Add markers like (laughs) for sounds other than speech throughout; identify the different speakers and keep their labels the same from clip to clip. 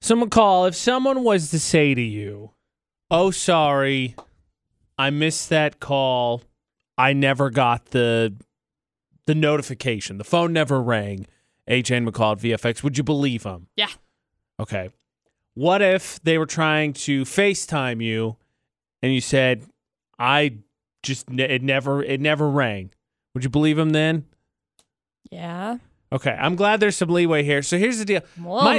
Speaker 1: So, McCall, if someone was to say to you, "Oh, sorry, I missed that call. I never got the the notification. The phone never rang." AJ McCall at VFX. Would you believe him?
Speaker 2: Yeah.
Speaker 1: Okay. What if they were trying to FaceTime you, and you said, "I just ne- it never it never rang." Would you believe him then?
Speaker 2: Yeah.
Speaker 1: Okay, I'm glad there's some leeway here. So here's the deal.
Speaker 2: I'm a little
Speaker 1: My-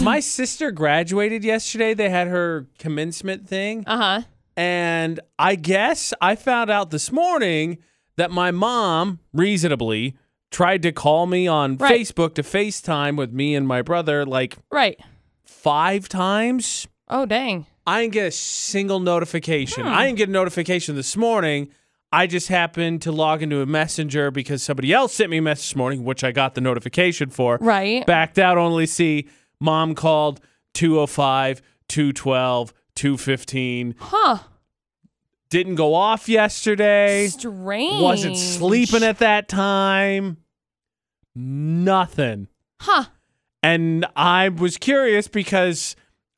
Speaker 1: (laughs) My sister graduated yesterday. They had her commencement thing.
Speaker 2: uh huh.
Speaker 1: And I guess I found out this morning that my mom, reasonably, tried to call me on
Speaker 2: Right.
Speaker 1: Facebook to FaceTime with me and my brother like
Speaker 2: Right.
Speaker 1: five times.
Speaker 2: Oh, dang.
Speaker 1: I didn't get a single notification.
Speaker 2: Hmm.
Speaker 1: I didn't get a notification this morning. I just happened to log into a messenger because somebody else sent me a message this morning, which I got the notification for
Speaker 2: Right.
Speaker 1: backed out only see mom called 205 212 215
Speaker 2: Huh.
Speaker 1: didn't go off yesterday
Speaker 2: Strange.
Speaker 1: wasn't sleeping at that time nothing
Speaker 2: Huh.
Speaker 1: and i was curious because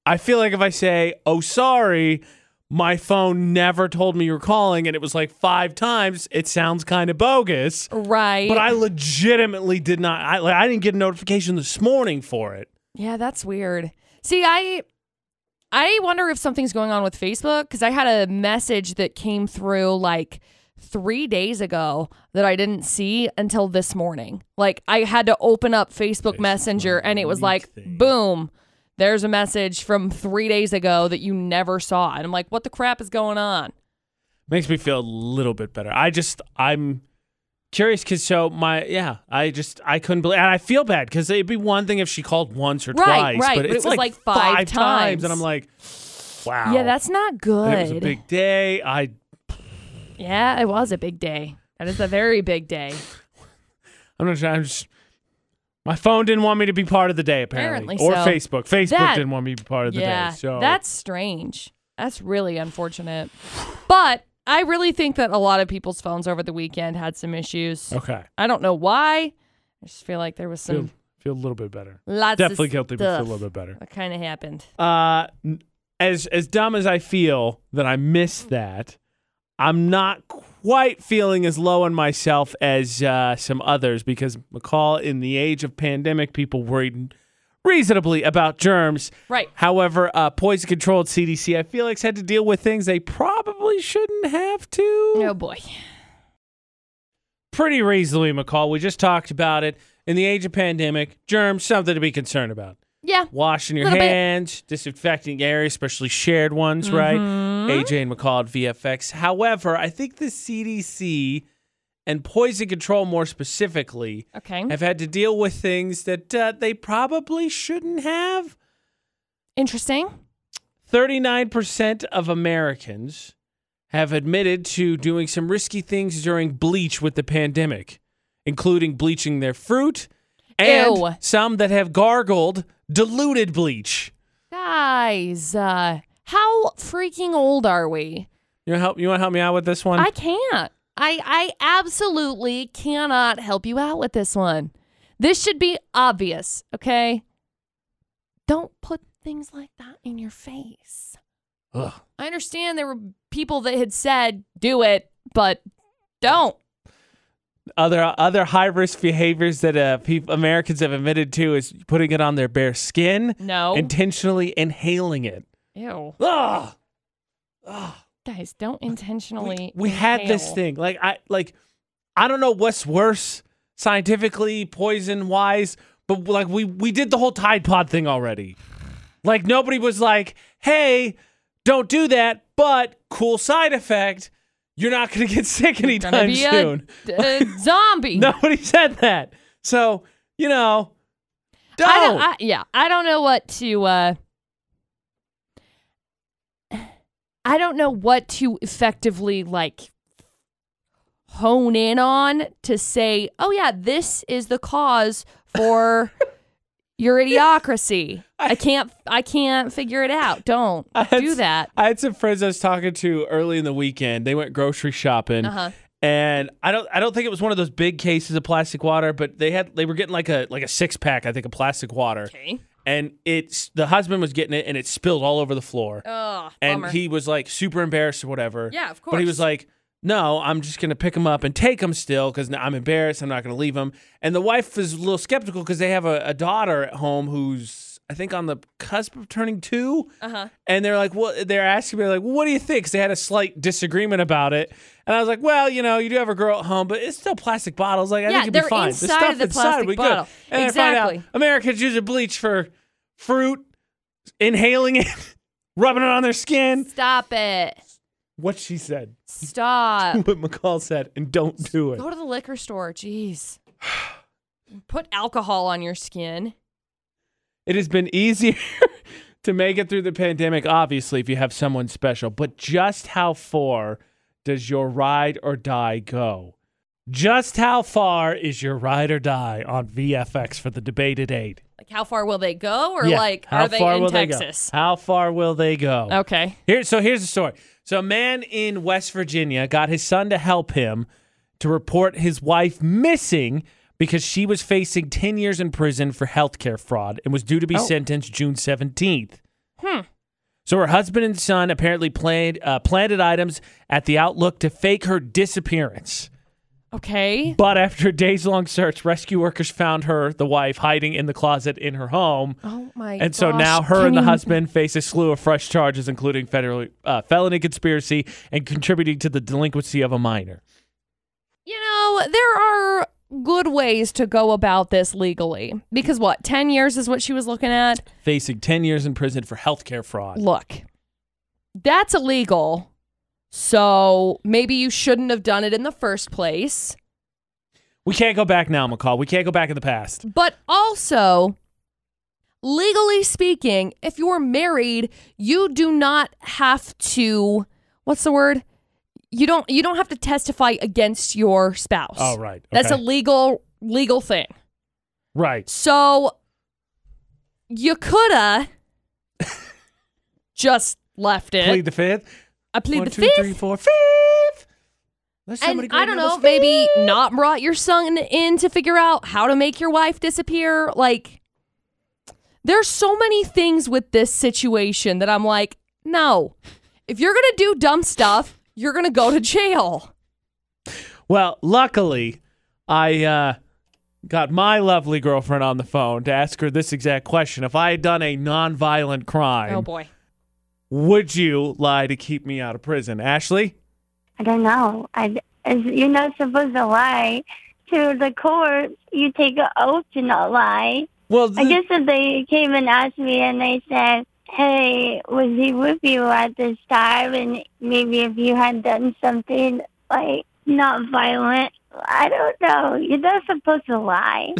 Speaker 1: i feel like if i say oh sorry my phone never told me you were calling and it was like five times it sounds kind of bogus
Speaker 2: Right.
Speaker 1: but i legitimately did not i, like, I didn't get a notification this morning for it
Speaker 2: Yeah, that's weird. See, I I wonder if something's going on with Facebook cuz I had a message that came through like 3 days ago that I didn't see until this morning. Like I had to open up Facebook
Speaker 1: Facebook
Speaker 2: Messenger and it was like
Speaker 1: thing.
Speaker 2: boom, there's a message from 3 days ago that you never saw. And I'm like, what the crap is going on?
Speaker 1: makes me feel a little bit better. I just I'm curious because so my yeah I just I couldn't believe and I feel bad because it'd be one thing if she called once or
Speaker 2: Right,
Speaker 1: twice,
Speaker 2: right,
Speaker 1: but
Speaker 2: but it
Speaker 1: it's
Speaker 2: was like five
Speaker 1: times.
Speaker 2: times.
Speaker 1: and I'm like, wow,
Speaker 2: Yeah, that's not good.
Speaker 1: and it was a big day. I
Speaker 2: yeah, it was a big day. That is a very big day.
Speaker 1: I'm not sure. I'm just my phone didn't want me to be part of the day apparently,
Speaker 2: Apparently
Speaker 1: or
Speaker 2: so.
Speaker 1: Facebook. Facebook
Speaker 2: That-
Speaker 1: didn't want me to be part of the
Speaker 2: yeah,
Speaker 1: day. So
Speaker 2: that's strange. That's really unfortunate. But I really think that a lot of people's phones over the weekend had some issues.
Speaker 1: okay.
Speaker 2: I don't know why. I just feel like there was
Speaker 1: Feel,
Speaker 2: some
Speaker 1: feel a little bit better.
Speaker 2: lots
Speaker 1: Definitely
Speaker 2: of
Speaker 1: guilty, but
Speaker 2: stuff
Speaker 1: feel a little bit better.
Speaker 2: that kind of happened.
Speaker 1: Uh, n- as as dumb as I feel that I missed that, I'm not quite feeling as low on myself as uh, some others because McCall, in the age of pandemic, people worried reasonably about germs.
Speaker 2: Right.
Speaker 1: However, uh, poison controlled CDC, I feel like, had to deal with things they probably shouldn't have to
Speaker 2: Oh boy.
Speaker 1: pretty reasonably, McCall. We just talked about it. In the age of pandemic, germs, something to be concerned about.
Speaker 2: Yeah.
Speaker 1: Washing your
Speaker 2: Little bit.
Speaker 1: hands, disinfecting areas, especially shared ones, right?
Speaker 2: Mm-hmm.
Speaker 1: AJ and McCall at VFX. However, I think the CDC and poison control more specifically
Speaker 2: Okay.
Speaker 1: have had to deal with things that uh, they probably shouldn't have.
Speaker 2: Interesting.
Speaker 1: 39% of Americans have admitted to doing some risky things during bleach with the pandemic, including bleaching their fruit and
Speaker 2: Ew.
Speaker 1: some that have gargled diluted bleach.
Speaker 2: Guys, uh, how freaking old are we?
Speaker 1: You want help you want to help me out with this one?
Speaker 2: I can't. I I absolutely cannot help you out with this one. This should be obvious, okay? Don't put things like that in your face.
Speaker 1: Ugh.
Speaker 2: I understand there were people that had said do it, but don't.
Speaker 1: Other other high risk behaviors that uh, peop Americans have admitted to is putting it on their bare skin,
Speaker 2: No.
Speaker 1: intentionally inhaling it.
Speaker 2: Ew.
Speaker 1: Ugh. Ugh.
Speaker 2: Guys, don't intentionally.
Speaker 1: we, we had this
Speaker 2: inhale.
Speaker 1: thing (laughs) like i like i don't know what's worse scientifically poison wise but like we we did the whole tide pod thing already like nobody was like hey don't do that but cool side effect you're not gonna get sick
Speaker 2: Gonna
Speaker 1: anytime
Speaker 2: be a,
Speaker 1: soon
Speaker 2: a
Speaker 1: (laughs)
Speaker 2: zombie.
Speaker 1: nobody said that so you know don't
Speaker 2: I don't, I, yeah, I don't know what to. Uh, I don't know what to effectively like hone in on to say, oh yeah, this is the cause
Speaker 1: (laughs)
Speaker 2: for your idiocracy. I, can't, I can't figure it out. Don't
Speaker 1: I had
Speaker 2: do
Speaker 1: s-
Speaker 2: that.
Speaker 1: I had some friends I was talking to early in the weekend. They went grocery shopping,
Speaker 2: Uh-huh.
Speaker 1: and I don't I don't think it was one of those big cases of plastic water, but they had they were getting like a like a six pack I think of plastic water,
Speaker 2: Okay.
Speaker 1: and it's the husband was getting it and it spilled all over the floor.
Speaker 2: Oh,
Speaker 1: and he was like super embarrassed or whatever.
Speaker 2: yeah, of course.
Speaker 1: But he was like, no, I'm just going to pick him up and take him still because I'm embarrassed. I'm not going to leave him. And the wife is a little skeptical because they have a, a daughter at home who's, I think, on the cusp of turning two.
Speaker 2: uh huh.
Speaker 1: And they're like, well, they're asking me, like, what do you think? 'Cause they had a slight disagreement about it. And I was like, well, you know, you do have a girl at home, but it's still plastic bottles. Like, I think
Speaker 2: Yeah,
Speaker 1: it'd be
Speaker 2: they're
Speaker 1: fine.
Speaker 2: inside
Speaker 1: stuff
Speaker 2: of the
Speaker 1: inside
Speaker 2: plastic
Speaker 1: would be
Speaker 2: bottle.
Speaker 1: Good. And then I find
Speaker 2: Exactly.
Speaker 1: out Americans use a bleach for fruit, inhaling it, (laughs) rubbing it on their skin.
Speaker 2: Stop it.
Speaker 1: What she said, (laughs)
Speaker 2: Stop.
Speaker 1: what McCall said, and don't do it.
Speaker 2: Go to the liquor
Speaker 1: (sighs)
Speaker 2: store. Jeez. Put alcohol on your skin.
Speaker 1: It has been easier (laughs) to make it through the pandemic, obviously, if you have someone special, but just how far does your ride or die go? Just how far is your ride or die on VFX for the debated eight?
Speaker 2: Like, how far will they go? Or
Speaker 1: Yeah.
Speaker 2: like,
Speaker 1: how
Speaker 2: are they
Speaker 1: far
Speaker 2: in
Speaker 1: will
Speaker 2: Texas?
Speaker 1: They go? How far will they go?
Speaker 2: Okay.
Speaker 1: Here, so here's the story. So a man in West Virginia got his son to help him to report his wife missing because she was facing 10 years in prison for healthcare fraud and was due to be sentenced June 17th.
Speaker 2: Hmm.
Speaker 1: So her husband and son apparently planned uh, planted items at the Outlook to fake her disappearance.
Speaker 2: Okay.
Speaker 1: But after a days-long search, rescue workers found her, the wife, hiding in the closet in her home.
Speaker 2: Oh my.
Speaker 1: And so
Speaker 2: gosh,
Speaker 1: now her
Speaker 2: can
Speaker 1: and the
Speaker 2: you-
Speaker 1: husband face a slew of fresh charges, including federal, uh, felony conspiracy and contributing to the delinquency of a minor.
Speaker 2: You know, there are good ways to go about this legally because what ten years is what she was looking at.
Speaker 1: Facing 10 years in prison for healthcare fraud.
Speaker 2: look, that's illegal. So maybe you shouldn't have done it in the first place.
Speaker 1: We can't go back now, McCall. We can't go back in the past.
Speaker 2: But also, legally speaking, if you're married, you do not have to what's the word? You don't you don't have to testify against your spouse.
Speaker 1: Oh, right.
Speaker 2: That's a
Speaker 1: Okay.
Speaker 2: legal legal thing.
Speaker 1: Right.
Speaker 2: So you
Speaker 1: (laughs)
Speaker 2: coulda just left it.
Speaker 1: Plead the fifth.
Speaker 2: I plead
Speaker 1: One,
Speaker 2: the
Speaker 1: two,
Speaker 2: fifth.
Speaker 1: three, four, fifth. Let somebody
Speaker 2: and
Speaker 1: go
Speaker 2: I don't
Speaker 1: give us
Speaker 2: know,
Speaker 1: fifth.
Speaker 2: maybe not brought your son in to figure out how to make your wife disappear. Like, there's so many things with this situation that I'm like, no, if you're gonna do dumb stuff, you're gonna go to jail.
Speaker 1: Well, luckily, I uh, got my lovely girlfriend on the phone to ask her this exact question. If I had done a nonviolent crime, (laughs)
Speaker 2: Oh boy.
Speaker 1: would you lie to keep me out of prison? Ashley?
Speaker 3: I don't know. I, is- you're not supposed to lie to the court. You take an oath to not lie.
Speaker 1: Well,
Speaker 3: I guess if they came and asked me and they said, hey, was he with you at this time? And maybe if you had done something like not violent, I don't know. You're not supposed to lie.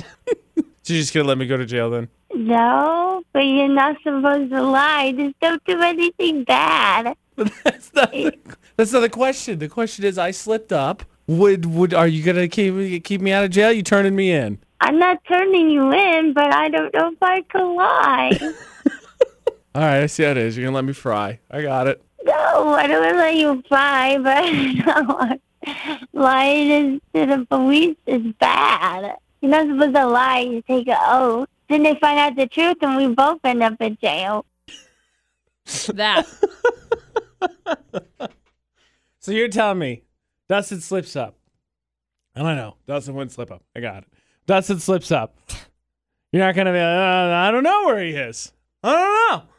Speaker 1: she's just going to let me go to jail then.
Speaker 3: no, but you're not supposed to lie. Just don't do anything bad.
Speaker 1: (laughs) that's, not the, that's not the question. The question is, I slipped up. Would would are you gonna keep me- keep me out of jail? You turning me in?
Speaker 3: I'm not turning you in, but I don't know if I can lie.
Speaker 1: All right, I see how it is. You're gonna let me fry. I got it.
Speaker 3: No, I don't want to let you fly, but (laughs) lying is, to the police is bad. You're not supposed to lie. You take an oath. Then they find out the truth, and we both end up in jail.
Speaker 2: That
Speaker 1: So you're telling me Dustin slips up. I don't know. Dustin wouldn't slip up. I got it. Dustin slips up. You're not gonna be. Like, uh, I don't know where he is. I don't know.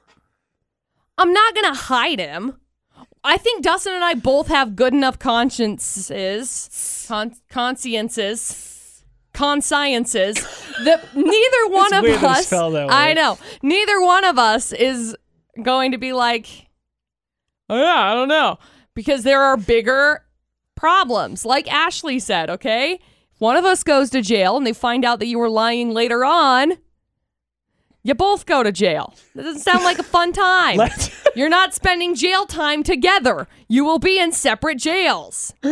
Speaker 2: I'm not gonna hide him. I think Dustin and I both have good enough consciences, con- consciences, consciences that
Speaker 1: (laughs)
Speaker 2: neither one of
Speaker 1: weird that it's
Speaker 2: us.
Speaker 1: spelled that way.
Speaker 2: I know neither one of us is going to be like, oh, yeah, I don't know, because there are bigger problems. Like Ashley said, okay, if one of us goes to jail and they find out that you were lying later on. You both go to jail. That doesn't sound like a fun time.
Speaker 1: Let's.
Speaker 2: You're not spending jail time together. You will be in separate jails.
Speaker 1: (laughs)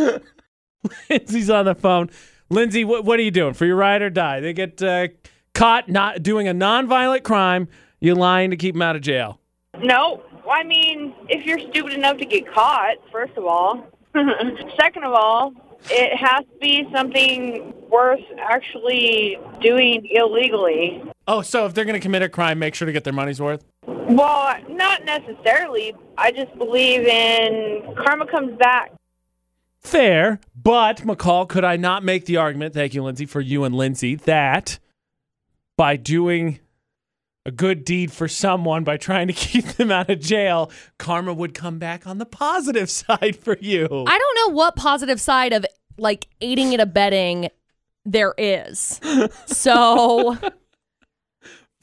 Speaker 1: Lindsay's on the phone. Lindsay, what, what are you doing for your ride or die? They get uh, caught not doing a nonviolent crime. You're lying to keep them out of jail.
Speaker 4: No. I mean, if you're stupid enough to get caught, first of all. (laughs) Second of all, it has to be something worth actually doing illegally.
Speaker 1: Oh, so if they're going to commit a crime, make sure to get their money's worth.
Speaker 4: Well, not necessarily. I just believe in karma comes back.
Speaker 1: Fair, but McCall, could I not make the argument? Thank you, Lindsay, for you and Lindsay that by doing a good deed for someone by trying to (laughs) keep them out of jail, karma would come back on the positive (laughs) side for you.
Speaker 2: I don't know what positive side of like aiding and abetting there is. So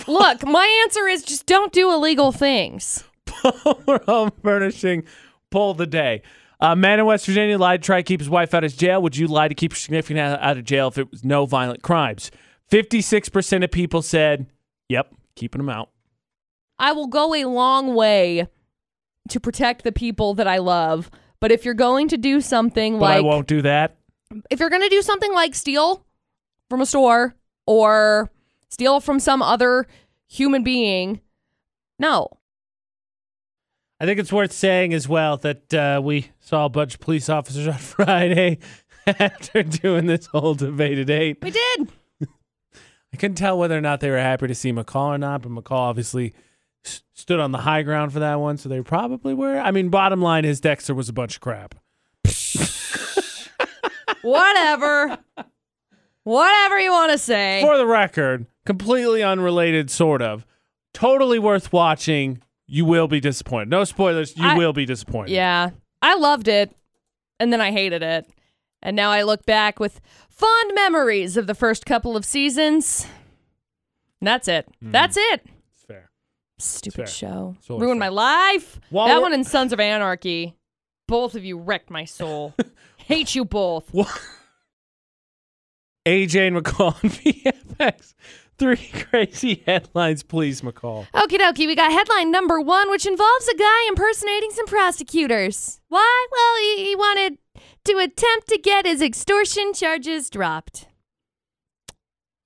Speaker 2: look, my answer is just don't do illegal things.
Speaker 1: (laughs) Palmer Home Furnishing poll of the day. A man in West Virginia lied to try to keep his wife out of jail. Would you lie to keep your significant other out of jail if it was no violent crimes? 56% of people said, yep, keeping them out.
Speaker 2: I will go a long way to protect the people that I love. But if you're going to do something
Speaker 1: But I
Speaker 2: like
Speaker 1: won't do that.
Speaker 2: if you're going to do something like steal from a store or steal from some other human being, no.
Speaker 1: I think it's worth saying as well that uh, we saw a bunch of police officers on (laughs) Friday after doing this whole debate at 8.
Speaker 2: We did.
Speaker 1: I couldn't tell whether or not they were happy to see McCall or not, but McCall obviously s- stood on the high ground for that one, so they probably were. I mean, bottom line is Dexter was a bunch of crap.
Speaker 2: (laughs) Whatever. Whatever you want to say.
Speaker 1: For the record, completely unrelated, sort of. Totally worth watching. You will be disappointed. No spoilers. You
Speaker 2: I-
Speaker 1: will be disappointed.
Speaker 2: yeah. I loved it and then I hated it. And now I look back with fond memories of the first couple of seasons. And that's it.
Speaker 1: Hmm.
Speaker 2: That's it.
Speaker 1: It's fair.
Speaker 2: Stupid
Speaker 1: fair.
Speaker 2: show.
Speaker 1: It's totally
Speaker 2: Ruined my
Speaker 1: fair.
Speaker 2: life.
Speaker 1: While
Speaker 2: that
Speaker 1: we're-
Speaker 2: one and Sons of Anarchy. Both of you wrecked
Speaker 1: (laughs)
Speaker 2: my soul. Hate you both.
Speaker 1: Wha- AJ and McCall on (laughs) VFX. Three crazy headlines, please, McCall.
Speaker 2: Okie dokie, we got headline number one, which involves a guy impersonating some prosecutors. Why? Well, he, he wanted to attempt to get his extortion charges dropped.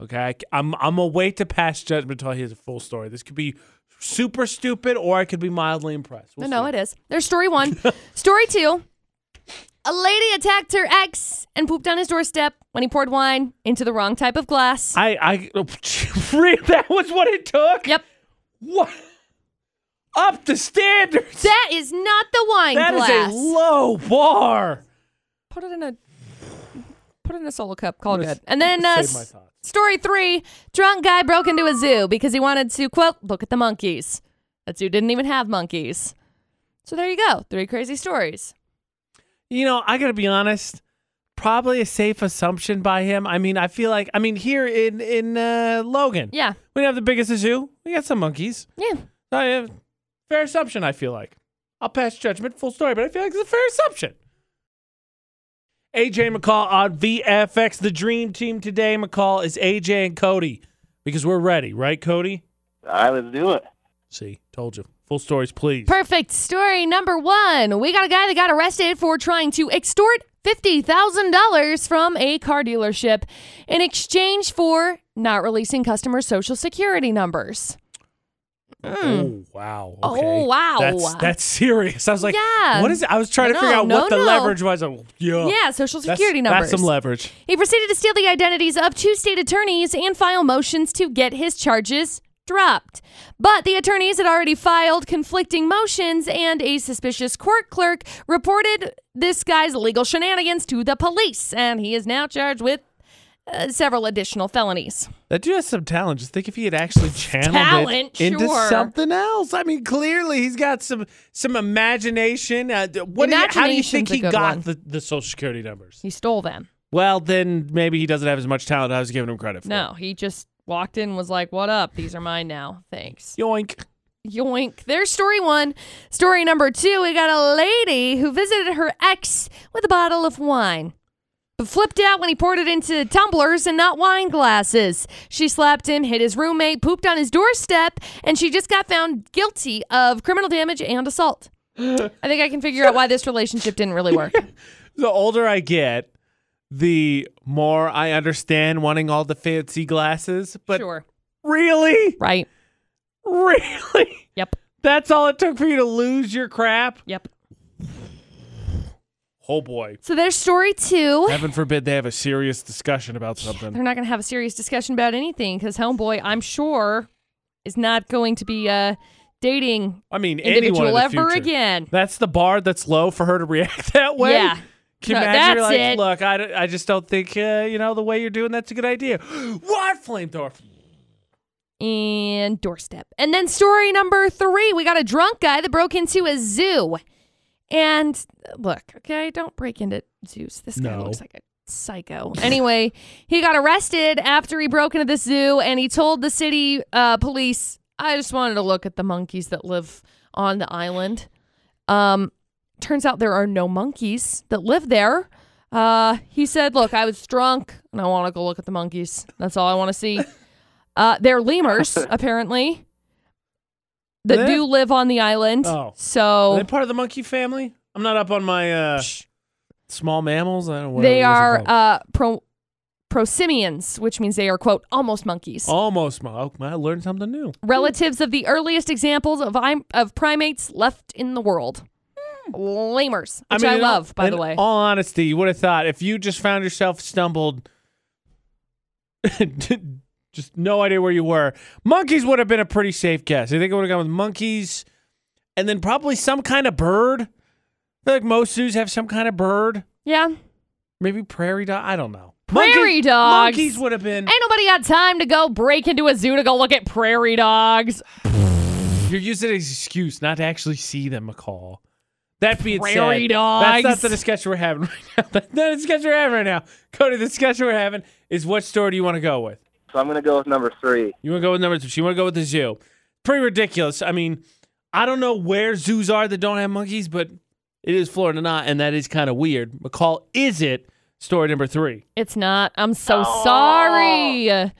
Speaker 1: Okay, I, am I'm gonna wait to pass judgment until he has a full story. This could be super stupid, or I could be mildly impressed.
Speaker 2: no, no, it is. There's
Speaker 1: (laughs)
Speaker 2: story one. story two A lady attacked her ex and pooped on his doorstep when he poured wine into the wrong type of glass.
Speaker 1: I, I, (laughs) Really? that was what it took.
Speaker 2: yep.
Speaker 1: What? Up the standards.
Speaker 2: That is not the wine
Speaker 1: That is
Speaker 2: glass.
Speaker 1: a low bar.
Speaker 2: put it in a put it in a solo cup. Call it
Speaker 1: gonna
Speaker 2: good. And then uh,
Speaker 1: save my
Speaker 2: s-
Speaker 1: thoughts.
Speaker 2: story three: drunk guy broke into a zoo because he wanted to quote look at the monkeys. That zoo didn't even have monkeys. So there you go. Three crazy stories.
Speaker 1: You know, I got to be honest. Probably a safe assumption by him. I mean, I feel like I mean here in in uh, Logan,
Speaker 2: Yeah.
Speaker 1: we don't have the biggest zoo. We got some monkeys.
Speaker 2: Yeah.
Speaker 1: I have fair assumption. I feel like I'll pass judgment, full story, but I feel like it's a fair assumption. AJ McCall on VFX, the dream team today. McCall is AJ and Cody because we're ready, right, Cody?
Speaker 5: All right, let's do it.
Speaker 1: See, told you. Full stories, please.
Speaker 2: Perfect story number one. We got a guy that got arrested for trying to extort $50,000 from a car dealership in exchange for not releasing customers' social security numbers.
Speaker 1: Oh wow!
Speaker 2: Oh,
Speaker 1: Okay.
Speaker 2: wow.
Speaker 1: That's that's serious. I was like,
Speaker 2: Yeah.
Speaker 1: what is it? I was trying to
Speaker 2: No,
Speaker 1: figure out
Speaker 2: no,
Speaker 1: what the
Speaker 2: no.
Speaker 1: leverage was. Oh, yeah,
Speaker 2: Yeah, social
Speaker 1: That's-
Speaker 2: security numbers.
Speaker 1: That's some leverage.
Speaker 2: He proceeded to steal the identities of two state attorneys and file motions to get his charges dropped. But the attorneys had already filed conflicting motions, and a suspicious court clerk reported this guy's legal shenanigans to the police, and he is now charged with uh, several additional felonies.
Speaker 1: That dude has some talent. Just think if he had actually channeled
Speaker 2: Talent,
Speaker 1: it into
Speaker 2: sure.
Speaker 1: something else. I mean, clearly he's got some some imagination. Uh, d- what do you, how do you
Speaker 2: Imagination's
Speaker 1: think
Speaker 2: a
Speaker 1: he
Speaker 2: good
Speaker 1: got
Speaker 2: one.
Speaker 1: the, the social security numbers?
Speaker 2: He stole them.
Speaker 1: Well, then maybe he doesn't have as much talent I was giving him credit for.
Speaker 2: No, he just walked in and was like, What up? These are mine now. Thanks.
Speaker 1: Yoink.
Speaker 2: Yoink. There's story one. Story number two we got a lady who visited her ex with a bottle of wine, but flipped out when he poured it into tumblers and not wine glasses. She slapped him, hit his roommate, pooped on his doorstep, and she just got found guilty of criminal damage and assault. I think I can figure out why this relationship didn't really work.
Speaker 1: The older I get, the more I understand wanting all the fancy glasses. But
Speaker 2: sure.
Speaker 1: really?
Speaker 2: Right.
Speaker 1: Really? (laughs)
Speaker 2: Yep.
Speaker 1: That's all it took for you to lose your crap?
Speaker 2: Yep.
Speaker 1: Oh boy.
Speaker 2: So there's story two.
Speaker 1: Heaven forbid they have a serious discussion about
Speaker 2: They're
Speaker 1: something.
Speaker 2: not going to have a serious discussion about anything because homeboy, I'm sure, is not going to be uh, dating
Speaker 1: I mean, anyone in
Speaker 2: individual
Speaker 1: the
Speaker 2: ever
Speaker 1: future.
Speaker 2: again.
Speaker 1: That's the bar that's low for her to (laughs) react that way.
Speaker 2: Yeah.
Speaker 1: Can you
Speaker 2: No,
Speaker 1: imagine?
Speaker 2: that's
Speaker 1: like,
Speaker 2: it.
Speaker 1: look, I, d- I just don't think, uh, you know, the way you're doing that's a good idea. (gasps) What? Flamethrower.
Speaker 2: and doorstep. And then story number three, we got a drunk guy that broke into a zoo. And look, okay, don't break into zoos. This guy
Speaker 1: No.
Speaker 2: looks like a psycho. Anyway, he got arrested after he broke into the zoo, and he told the city uh, police, "I just wanted to look at the monkeys that live on the island." Um, turns out there are no monkeys that live there. Uh, he said, "Look, I was drunk, and I want to go look at the monkeys. That's all I want to see." Uh,
Speaker 1: (laughs)
Speaker 2: they're lemurs, apparently, that
Speaker 1: They-
Speaker 2: do live on the island.
Speaker 1: Oh. Are
Speaker 2: So
Speaker 1: they part of the monkey family? I'm not up on my uh,
Speaker 2: Psh.
Speaker 1: small mammals. I don't know what
Speaker 2: they
Speaker 1: it was
Speaker 2: are
Speaker 1: involved.
Speaker 2: uh, pro prosimians, which means they are quote almost monkeys.
Speaker 1: almost. mo- Oh, I learned something new.
Speaker 2: relatives of the earliest examples of im- of primates left in the world.
Speaker 1: Hmm.
Speaker 2: Lemurs, which I,
Speaker 1: in all-
Speaker 2: love, by the
Speaker 1: in
Speaker 2: way.
Speaker 1: All honesty, you would have thought if you just found yourself stumbled, (laughs) just no idea where you were. Monkeys would have been a pretty safe guess. I think it would have gone with monkeys, and then probably some kind of bird. I feel like most zoos have some kind of bird,
Speaker 2: yeah, ain't
Speaker 1: maybe prairie dog. I don't know.
Speaker 2: Prairie
Speaker 1: monkeys,
Speaker 2: dogs.
Speaker 1: Monkeys would have been.
Speaker 2: nobody got time to go break into a zoo to go look at prairie dogs.
Speaker 1: You're using it as an excuse not to actually see them, McCall. That being
Speaker 2: Prairie
Speaker 1: said,
Speaker 2: dogs.
Speaker 1: that's not the discussion we're having (laughs) right now. That's not the discussion we're having right now. Cody, the discussion we're having is what store do you want to go with?
Speaker 5: So I'm going to go with number three.
Speaker 1: You want to go with number two? You want to go with the zoo? Pretty ridiculous. I mean, I don't know where zoos are that don't have monkeys, but it is Florida not, and that is kind of weird. McCall, is it story number three?
Speaker 2: It's not. I'm so sorry.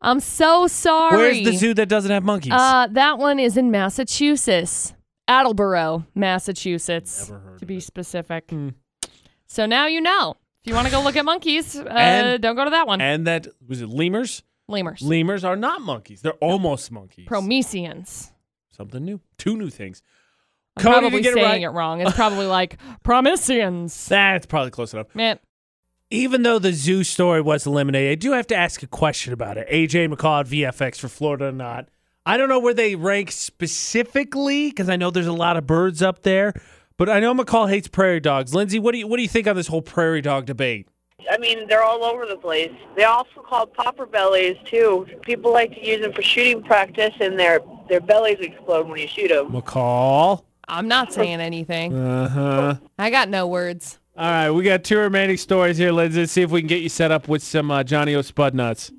Speaker 2: I'm so sorry.
Speaker 1: Where's the zoo that doesn't have monkeys?
Speaker 2: Uh, that one is in Massachusetts, Attleboro, Massachusetts,
Speaker 1: Never heard
Speaker 2: to
Speaker 1: of
Speaker 2: be
Speaker 1: it.
Speaker 2: specific.
Speaker 1: Hmm.
Speaker 2: So now you know. If you want to go look at monkeys, uh,
Speaker 1: And-
Speaker 2: don't go to that one.
Speaker 1: and that was it. Lemurs.
Speaker 2: Lemurs,
Speaker 1: Lemurs are not monkeys. They're almost monkeys.
Speaker 2: Promesians.
Speaker 1: Something new. Two new things.
Speaker 2: I'm
Speaker 1: Cody,
Speaker 2: probably
Speaker 1: did you get it
Speaker 2: saying
Speaker 1: right?
Speaker 2: it wrong. It's
Speaker 1: (laughs)
Speaker 2: probably like Promesians.
Speaker 1: That's probably close enough.
Speaker 2: Man,
Speaker 1: Even though the zoo story was eliminated, I do have to ask a question about it. AJ McCall at VFX for Florida or not. I don't know where they rank specifically because I know there's a lot of birds up there, but I know McCall hates prairie dogs. Lindsay, what do you what do you think on this whole prairie dog debate?
Speaker 4: I mean, they're all over the place. They also called popper bellies too. People like to use them for shooting practice, and their their bellies explode when you shoot them.
Speaker 1: McCall.
Speaker 2: I'm
Speaker 1: (laughs)
Speaker 2: not saying anything.
Speaker 1: Uh huh.
Speaker 2: I got no words.
Speaker 1: All right, we got two remaining stories here, Lindsay. Let's see if we can get you set up with some uh, Johnny O Spud nuts.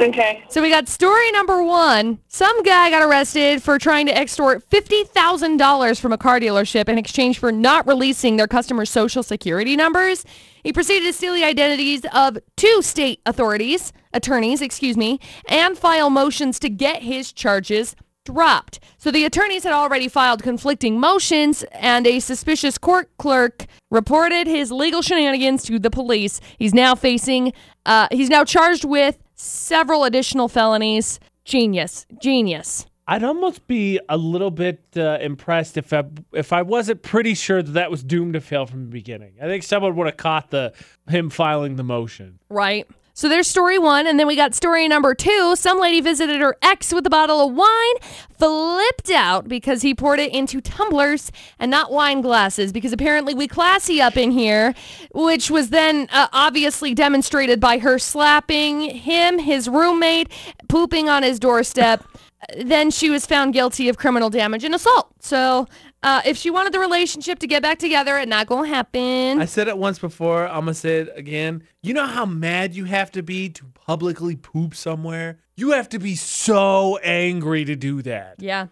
Speaker 4: Okay.
Speaker 2: So we got story number one. Some guy got arrested for trying to extort $50,000 from a car dealership in exchange for not releasing their customers' social security numbers. He proceeded to steal the identities of two state authorities, attorneys, excuse me, and file motions to get his charges dropped. So the attorneys had already filed conflicting motions, and a suspicious court clerk reported his legal shenanigans to the police. He's now facing, uh, he's now charged with several additional felonies. Genius, genius.
Speaker 1: I'd almost be a little bit uh, impressed if I if I wasn't pretty sure that that was doomed to fail from the beginning. I think someone would have caught the him filing the motion.
Speaker 2: Right. So there's story one, and then we got story number two. Some lady visited her ex with a bottle of wine, flipped out because he poured it into tumblers and not wine glasses, because apparently we classy up in here, which was then uh, obviously demonstrated by her slapping him, his roommate, pooping on his doorstep. (laughs) then she was found guilty of criminal damage and assault. So uh, if she wanted the relationship to get back together, it not gonna happen.
Speaker 1: I said it once before. I'm gonna say it again. You know how mad you have to be to publicly poop somewhere. You have to be so angry to do that.
Speaker 2: yeah.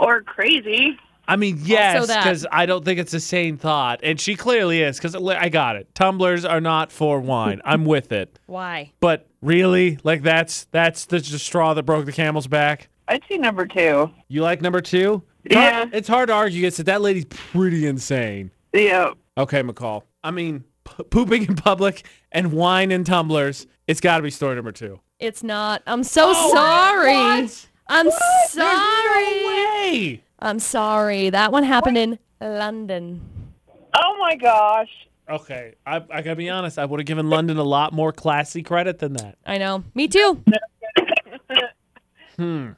Speaker 4: Or crazy.
Speaker 1: I mean, yes,
Speaker 2: that.
Speaker 1: because I don't think it's the same thought, and she clearly is. Because I got it. Tumblers are not for wine. I'm with it.
Speaker 2: Why?
Speaker 1: But really, like that's that's the, the straw that broke the camel's back.
Speaker 4: I'd say number two.
Speaker 1: You like number two?
Speaker 4: Yeah.
Speaker 1: It's hard, it's hard to argue against it. That lady's pretty insane.
Speaker 4: Yeah.
Speaker 1: Okay, McCall. I mean, p- pooping in public and wine in tumblers. It's got to be story number two.
Speaker 2: It's not. I'm so sorry. I'm sorry.
Speaker 1: Hey.
Speaker 2: I'm sorry. That one happened in London.
Speaker 4: (laughs) Oh my gosh.
Speaker 1: Okay, I, I gotta be honest. I would have given London a lot more classy credit than that.
Speaker 2: I know. Me too.
Speaker 1: Hmm.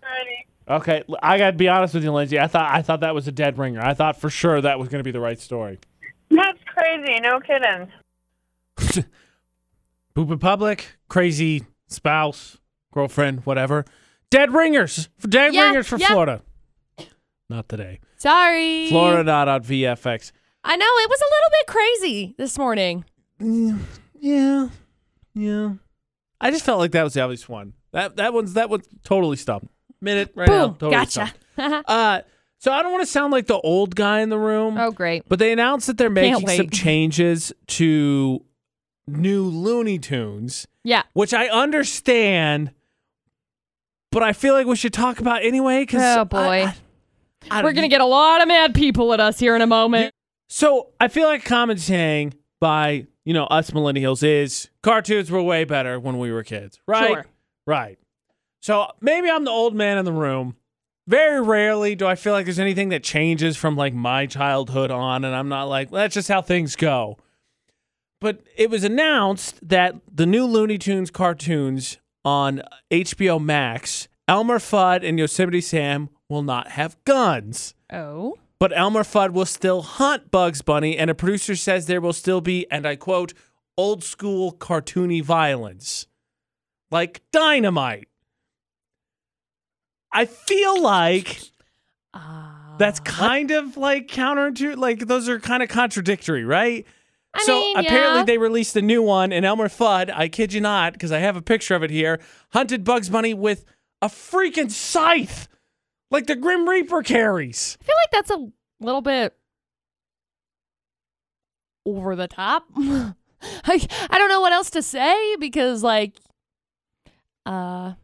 Speaker 1: Okay, l- I gotta be honest with you, Lindsay. I thought I thought that was a dead ringer. I thought for sure that was gonna be the right story.
Speaker 4: That's crazy. No kidding.
Speaker 1: (laughs) Poop in public, crazy spouse, girlfriend, whatever. Dead ringers, dead
Speaker 2: Yeah,
Speaker 1: ringers for
Speaker 2: yeah.
Speaker 1: Florida. Not today.
Speaker 2: Sorry.
Speaker 1: Florida not on VFX.
Speaker 2: I know it was a little bit crazy this morning. Mm,
Speaker 1: Yeah, yeah. I just felt like that was the obvious one. That that one's that one's totally stumped. Minute right now,
Speaker 2: Boom.
Speaker 1: totally
Speaker 2: gotcha.
Speaker 1: stumped. Uh, so I don't want to sound like the old guy in the room,
Speaker 2: (laughs) oh, great.
Speaker 1: but they announced that they're making some
Speaker 2: wait.
Speaker 1: changes to new Looney Tunes,
Speaker 2: Yeah.
Speaker 1: which I understand, but I feel like we should talk about anyway. 'cause
Speaker 2: Oh
Speaker 1: I-
Speaker 2: boy.
Speaker 1: I- I
Speaker 2: We're
Speaker 1: don't-
Speaker 2: gonna get a lot of mad people at us here in a moment.
Speaker 1: So I feel like commenting by you know us millennials is cartoons were way better when we were kids, right?
Speaker 2: Sure.
Speaker 1: Right. So maybe I'm the old man in the room. Very rarely do I feel like there's anything that changes from like my childhood on, and I'm not like well, that's just how things go. But it was announced that the new Looney Tunes cartoons on HBO Max, Elmer Fudd and Yosemite Sam will not have guns.
Speaker 2: Oh.
Speaker 1: But Elmer Fudd will still hunt Bugs Bunny, and a producer says there will still be, and I quote, old school cartoony violence, like dynamite. I feel like
Speaker 2: Uh,
Speaker 1: that's kind of like counterintuitive. Like those are kind of contradictory, right?
Speaker 2: I
Speaker 1: so
Speaker 2: mean,
Speaker 1: apparently
Speaker 2: yeah.
Speaker 1: they released a new one, and Elmer Fudd, I kid you not, because I have a picture of it here, hunted Bugs Bunny with a freaking scythe, like the Grim Reaper carries.
Speaker 2: I feel like that's a little bit over the top. (laughs) I I don't know what else to say because like uh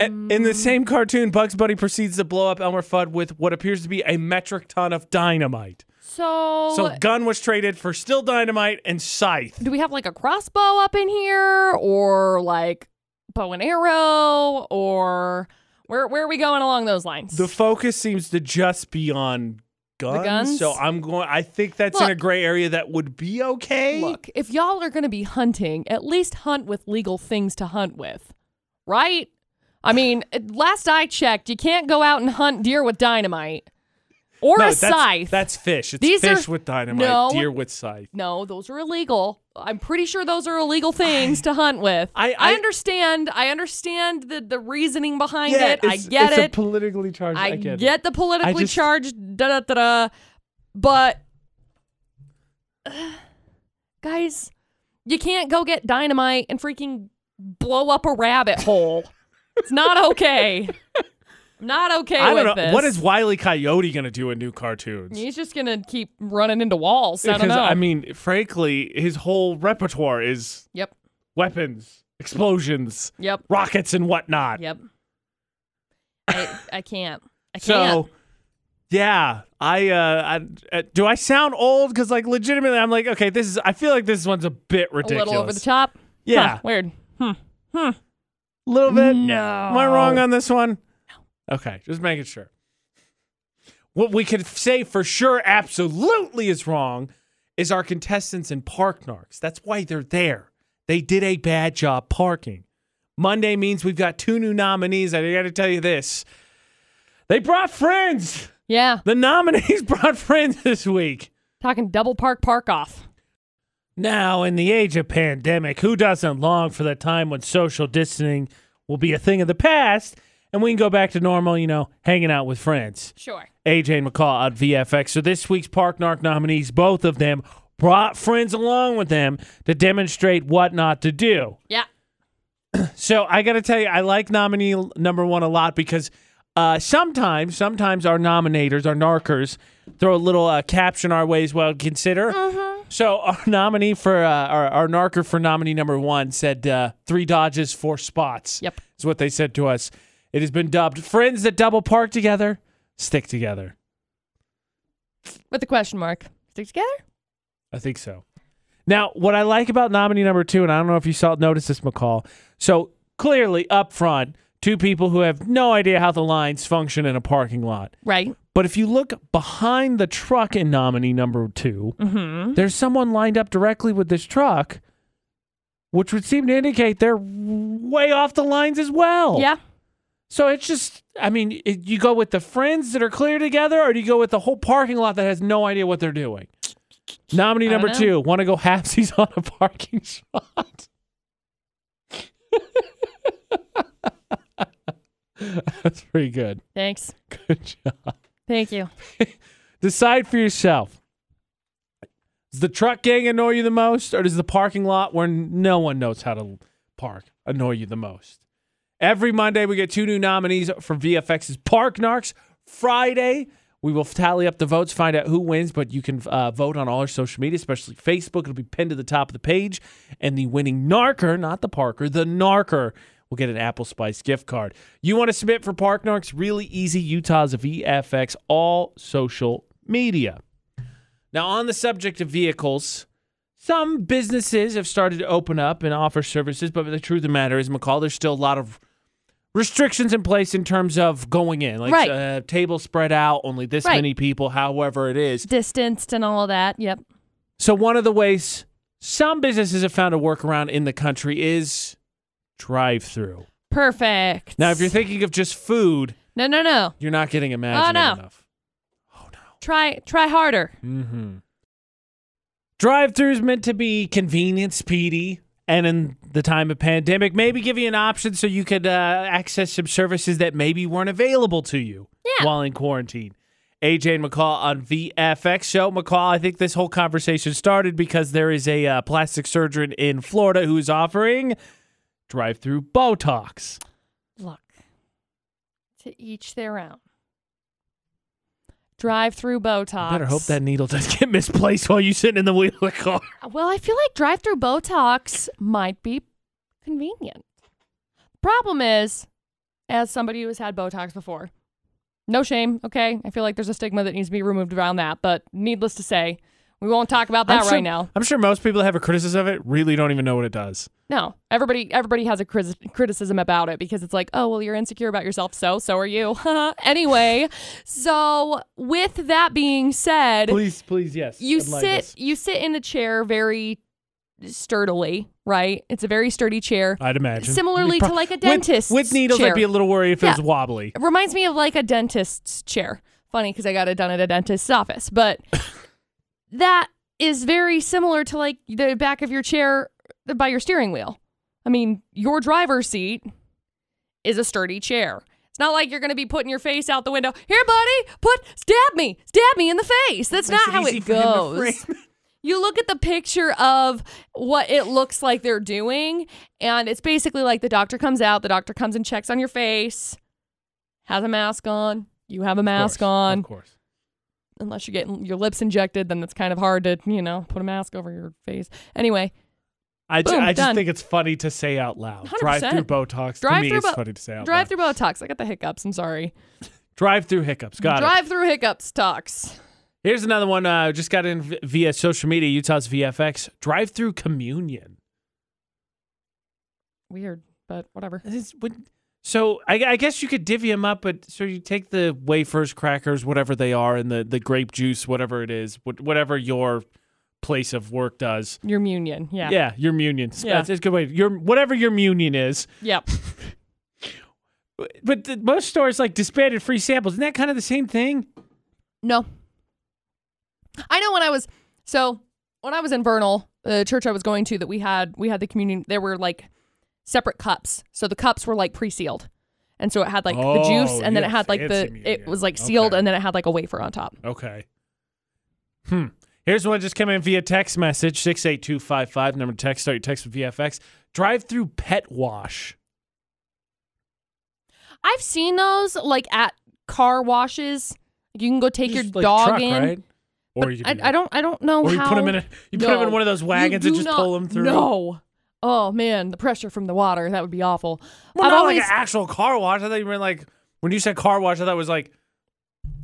Speaker 1: A- In the
Speaker 2: mm,
Speaker 1: same cartoon, Bugs Bunny proceeds to blow up Elmer Fudd with what appears to be a metric ton of dynamite.
Speaker 2: so,
Speaker 1: So, gun was traded for still dynamite and scythe.
Speaker 2: do we have like a crossbow up in here or like bow and arrow or where where are we going along those lines?
Speaker 1: The focus seems to just be on guns.
Speaker 2: guns?
Speaker 1: So I'm going. I think that's in a
Speaker 2: Look.
Speaker 1: gray area that would be okay.
Speaker 2: Look, if y'all are going to be hunting, at least hunt with legal things to hunt with, right?
Speaker 1: (sighs)
Speaker 2: I mean, at- last I checked, you can't go out and hunt deer with dynamite or
Speaker 1: no,
Speaker 2: a
Speaker 1: that's,
Speaker 2: scythe.
Speaker 1: That's fish. It's
Speaker 2: These are-
Speaker 1: fish with dynamite.
Speaker 2: No.
Speaker 1: Deer with scythe.
Speaker 2: no, those are illegal. I'm pretty sure those are illegal things to hunt with.
Speaker 1: I- I-
Speaker 2: understand. I understand the, the reasoning behind
Speaker 1: yeah,
Speaker 2: it. I
Speaker 1: it's-
Speaker 2: get
Speaker 1: it's
Speaker 2: it.
Speaker 1: a politically charged.
Speaker 2: I,
Speaker 1: I,
Speaker 2: get,
Speaker 1: it.
Speaker 2: the politically
Speaker 1: just-
Speaker 2: charged da da da da, but (sighs) guys, you can't go get dynamite and freaking blow up a rabbit hole. it's not okay. I'm not okay
Speaker 1: I
Speaker 2: with
Speaker 1: don't know
Speaker 2: this.
Speaker 1: what is Wiley Coyote going to do in new cartoons.
Speaker 2: He's just gonna keep running into walls. I don't
Speaker 1: Because,
Speaker 2: know.
Speaker 1: I mean, frankly, his whole repertoire is
Speaker 2: yep,
Speaker 1: weapons, explosions,
Speaker 2: yep,
Speaker 1: rockets, and whatnot.
Speaker 2: yep. I, I can't. I
Speaker 1: so,
Speaker 2: can't.
Speaker 1: yeah, I, uh, I uh, do I sound old? Because like legitimately, I'm like, okay, this is. I feel like this one's a bit
Speaker 2: a
Speaker 1: ridiculous.
Speaker 2: little over the top.
Speaker 1: Yeah,
Speaker 2: Huh, weird.
Speaker 1: a little bit.
Speaker 2: No.
Speaker 1: Am I wrong on this one? No. Okay, just making sure. What we could say for sure, absolutely, is wrong is our contestants in Park Narks. That's why they're there. They did a bad job parking. Monday means we've got two new nominees. and I got to tell you this. They brought friends.
Speaker 2: Yeah,
Speaker 1: The nominees (laughs) brought friends this week.
Speaker 2: talking double park park off.
Speaker 1: Now, in the age of pandemic, who doesn't long for the time when social distancing will be a thing of the past and we can go back to normal, you know, hanging out with friends?
Speaker 2: Sure.
Speaker 1: AJ and McCall on VFX. So, this week's Park Narc nominees, both of them brought friends along with them to demonstrate what not to do.
Speaker 2: Yeah.
Speaker 1: So I got to tell you, I like nominee l- number one a lot because uh, sometimes, sometimes our nominators, our narkers, throw a little uh, caption our way as well. Consider. So our nominee for uh, our, our narker for nominee number one said uh, three dodges, four spots.
Speaker 2: Yep.
Speaker 1: is what they said to us. It has been dubbed "Friends that double park together stick together."
Speaker 2: With the question mark. Stick together?
Speaker 1: I think so. Now, what I like about nominee number two, and I don't know if you saw notice this, McCall. So clearly up front, two people who have no idea how the lines function in a parking lot.
Speaker 2: right?
Speaker 1: But if you look behind the truck in nominee number 2
Speaker 2: Mm-hmm.
Speaker 1: there's someone lined up directly with this truck, which would seem to indicate they're way off the lines as well.
Speaker 2: Yeah.
Speaker 1: So it's just, I mean, it, you go with the friends that are clear together, or do you go with the whole parking lot that has no idea what they're doing? Nominee
Speaker 2: I don't
Speaker 1: number
Speaker 2: know.
Speaker 1: two, want to go halfsies (laughs) on a parking spot. (laughs) That's pretty good.
Speaker 2: Thanks.
Speaker 1: Good job.
Speaker 2: Thank you.
Speaker 1: Decide for yourself. Does the truck gang annoy you the most, or does the parking lot where no one knows how to park annoy you the most? Every Monday, we get two new nominees for VFX's Park Narcs. Friday, we will tally up the votes, find out who wins, but you can uh, vote on all our social media, especially Facebook. It'll be pinned to the top of the page. And the winning narker, not the parker, the narker, will get an Apple Spice gift card. You want to submit for Park Narcs? Really easy. Utah's VFX, all social media. Now, on the subject of vehicles, some businesses have started to open up and offer services, but the truth of the matter is, McCall, there's still a lot of restrictions in place in terms of going in, like
Speaker 2: Right.
Speaker 1: uh, table spread out, only this
Speaker 2: Right.
Speaker 1: many people, however it is.
Speaker 2: Distanced and all of that. Yep.
Speaker 1: So one of the ways some businesses have found a workaround in the country is drive-through.
Speaker 2: Perfect.
Speaker 1: Now, if you're thinking of just food,
Speaker 2: no, no, no.
Speaker 1: you're not getting imaginative
Speaker 2: no.
Speaker 1: enough. Oh no.
Speaker 2: Try, try harder.
Speaker 1: Mm-hmm. Drive throughs meant to be convenient, speedy, and in the time of pandemic, maybe give you an option so you could uh, access some services that maybe weren't available to you
Speaker 2: Yeah.
Speaker 1: while in quarantine. AJ and McCall on VFX show. McCall, I think this whole conversation started because there is a uh, plastic surgeon in Florida who is offering drive through Botox.
Speaker 2: Look, to each their own. Drive through Botox.
Speaker 1: Better hope that needle doesn't get misplaced while you sitting in the wheel of the car.
Speaker 2: Well, I feel like drive through Botox might be convenient. Problem is, as somebody who has had Botox before, no shame, okay? I feel like there's a stigma that needs to be removed around that, but needless to say, we won't talk about that
Speaker 1: I'm sure-
Speaker 2: right now.
Speaker 1: I'm sure most people that have a criticism of it really don't even know what it does.
Speaker 2: No, everybody everybody has a cris- criticism about it because it's like, oh, well, you're insecure about yourself, so so are you. (laughs) anyway, so with that being said,
Speaker 1: Please, please, yes.
Speaker 2: you
Speaker 1: enlighten
Speaker 2: sit
Speaker 1: us.
Speaker 2: you sit in a chair very sturdily, right? It's a very sturdy chair.
Speaker 1: I'd imagine.
Speaker 2: Similarly to like a
Speaker 1: With-
Speaker 2: dentist's
Speaker 1: With, needles,
Speaker 2: chair.
Speaker 1: I'd be a little worried if it was
Speaker 2: Yeah.
Speaker 1: wobbly.
Speaker 2: It reminds me of like a dentist's chair. Funny because I got it done at a dentist's
Speaker 1: (laughs)
Speaker 2: office, but that is very similar to like the back of your chair by your steering wheel. I mean, your driver's seat is a sturdy chair. It's not like you're going to be putting your face out the window. Here, buddy, put stab me, stab me in the face. That's
Speaker 1: Makes
Speaker 2: not how
Speaker 1: easy
Speaker 2: it
Speaker 1: for him to
Speaker 2: goes.
Speaker 1: frame.
Speaker 2: you look at the picture of what it looks like they're doing, and it's basically like the doctor comes out, the doctor comes and checks on your face, has a mask on, you have a
Speaker 1: Of
Speaker 2: mask
Speaker 1: course,
Speaker 2: on.
Speaker 1: Of course.
Speaker 2: Unless you're getting your lips injected, then it's kind of hard to, you know, put a mask over your face. Anyway,
Speaker 1: I, ju-
Speaker 2: Boom,
Speaker 1: I just
Speaker 2: done.
Speaker 1: think it's funny to say out loud.
Speaker 2: 100%.
Speaker 1: Drive through Botox. to me,
Speaker 2: Drive-through
Speaker 1: it's
Speaker 2: Bo-
Speaker 1: funny to say out loud.
Speaker 2: drive through Botox. I got the hiccups. I'm sorry.
Speaker 1: Drive through hiccups. Got it.
Speaker 2: drive through hiccups talks.
Speaker 1: Here's another one. Uh, just got in v- via social media. Utah's VFX. Drive through communion.
Speaker 2: Weird, but whatever.
Speaker 1: This would- so I, I guess you could divvy them up, but so you take the wafers, crackers, whatever they are, and the, the grape juice, whatever it is, wh- whatever your place of work does.
Speaker 2: Your munion. Yeah.
Speaker 1: Yeah, your munion.
Speaker 2: Yeah.
Speaker 1: That's, that's a good way. Your whatever your munion is.
Speaker 2: Yep.
Speaker 1: But- But the, most stores like disbanded free samples. Isn't that kind of the same thing?
Speaker 2: No. I know when I was so when I was in Vernal, the church I was going to that we had we had the communion there were like separate cups. So the cups were like pre-sealed. And so it had like the juice
Speaker 1: Oh,
Speaker 2: and then
Speaker 1: yeah,
Speaker 2: it had like the
Speaker 1: fancy
Speaker 2: it
Speaker 1: communion.
Speaker 2: was like sealed
Speaker 1: Okay.
Speaker 2: and then it had like a wafer on top.
Speaker 1: Okay. Hmm. Here's one just came in via text message six eight two five five. Number to text. Start your text with VFX. Drive through pet wash.
Speaker 2: I've seen those like at car washes. You can go take your
Speaker 1: Just, like,
Speaker 2: dog
Speaker 1: truck,
Speaker 2: in.
Speaker 1: Right? Or
Speaker 2: But
Speaker 1: you
Speaker 2: I,
Speaker 1: could do
Speaker 2: I don't I don't know
Speaker 1: Or you
Speaker 2: how
Speaker 1: put them in a you put 'em in
Speaker 2: No.
Speaker 1: one of those wagons
Speaker 2: You
Speaker 1: and
Speaker 2: do
Speaker 1: just
Speaker 2: not-
Speaker 1: pull them through.
Speaker 2: No. Oh man, the pressure from the water, that would be awful.
Speaker 1: well,
Speaker 2: I've
Speaker 1: not
Speaker 2: always
Speaker 1: like an actual car wash. I thought you meant like when you said car wash. I thought it was like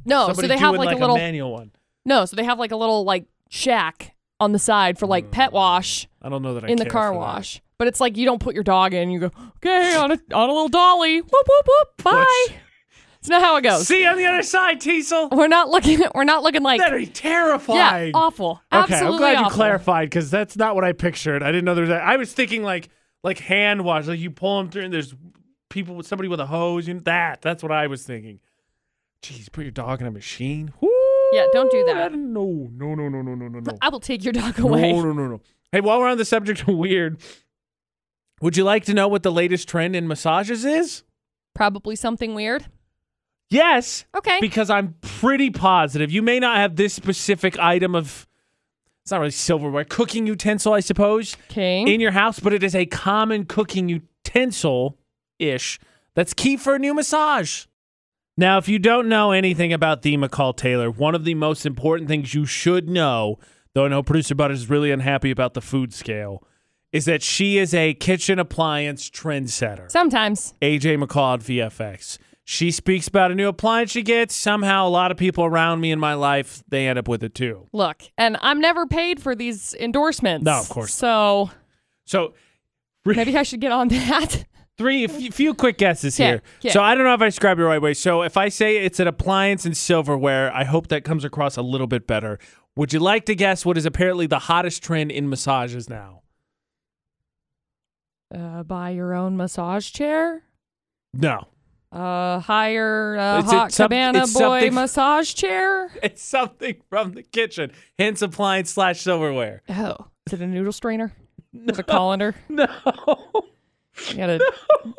Speaker 2: No, Oh, so
Speaker 1: somebody
Speaker 2: they have
Speaker 1: doing
Speaker 2: like,
Speaker 1: like
Speaker 2: a little
Speaker 1: manual one.
Speaker 2: No, so they have like a little like shack on the side for like pet wash
Speaker 1: Mm, I don't know that I
Speaker 2: in the
Speaker 1: care
Speaker 2: car
Speaker 1: for that.
Speaker 2: wash. But it's like you don't put your dog in. You go okay on a on a little dolly. Whoop whoop
Speaker 1: (laughs)
Speaker 2: whoop. Bye.
Speaker 1: Push.
Speaker 2: It's not how it goes.
Speaker 1: See you on the other side, Teasel.
Speaker 2: we're not looking. We're not looking like
Speaker 1: That'd be
Speaker 2: Oh yeah.
Speaker 1: terrifying.
Speaker 2: Awful.
Speaker 1: Okay,
Speaker 2: Absolutely
Speaker 1: I'm glad you
Speaker 2: awful.
Speaker 1: clarified because that's not what I pictured. I didn't know there was that. I was thinking like like hand wash, like you pull them through, and there's people with somebody with a hose. You know, that that's what I was thinking. Jeez, put your dog in a machine. Woo!
Speaker 2: Yeah, don't do that.
Speaker 1: No, no, no, no, no, no, no, no.
Speaker 2: I will take your (laughs) dog away.
Speaker 1: No, no, no, no. Hey, while we're on the subject of weird, would you like to know what the latest trend in massages is?
Speaker 2: Probably something weird.
Speaker 1: Yes.
Speaker 2: Okay.
Speaker 1: Because I'm pretty positive. You may not have this specific item of, it's not really silverware, cooking utensil, I suppose,
Speaker 2: King.
Speaker 1: in your house, but it is a common cooking utensil ish that's key for a new massage. Now, if you don't know anything about the McCall Taylor, one of the most important things you should know, though I know producer Butters is really unhappy about the food scale, is that she is a kitchen appliance trendsetter.
Speaker 2: Sometimes.
Speaker 1: AJ McCall at VFX. She speaks about a new appliance she gets. Somehow, a lot of people around me in my life they end up with it too.
Speaker 2: Look, and I'm never paid for these endorsements.
Speaker 1: No, of course
Speaker 2: So
Speaker 1: So,
Speaker 2: maybe I should get on (laughs) that.
Speaker 1: three a few, few quick guesses
Speaker 2: Yeah,
Speaker 1: here.
Speaker 2: yeah.
Speaker 1: So I don't know if I described it the right way. So if I say it's an appliance and silverware, I hope that comes across a little bit better. Would you like to guess what is apparently the hottest trend in massages now?
Speaker 2: Uh, buy your own massage chair.
Speaker 1: No, (laughs)
Speaker 2: Uh, hire a
Speaker 1: It's-
Speaker 2: hot
Speaker 1: it's some-
Speaker 2: cabana
Speaker 1: it's
Speaker 2: boy
Speaker 1: something-
Speaker 2: massage chair.
Speaker 1: it's something from the kitchen, hence appliance slash silverware.
Speaker 2: Oh, is it a
Speaker 1: (laughs)
Speaker 2: noodle strainer? Is it a colander? (laughs)
Speaker 1: No.
Speaker 2: You got a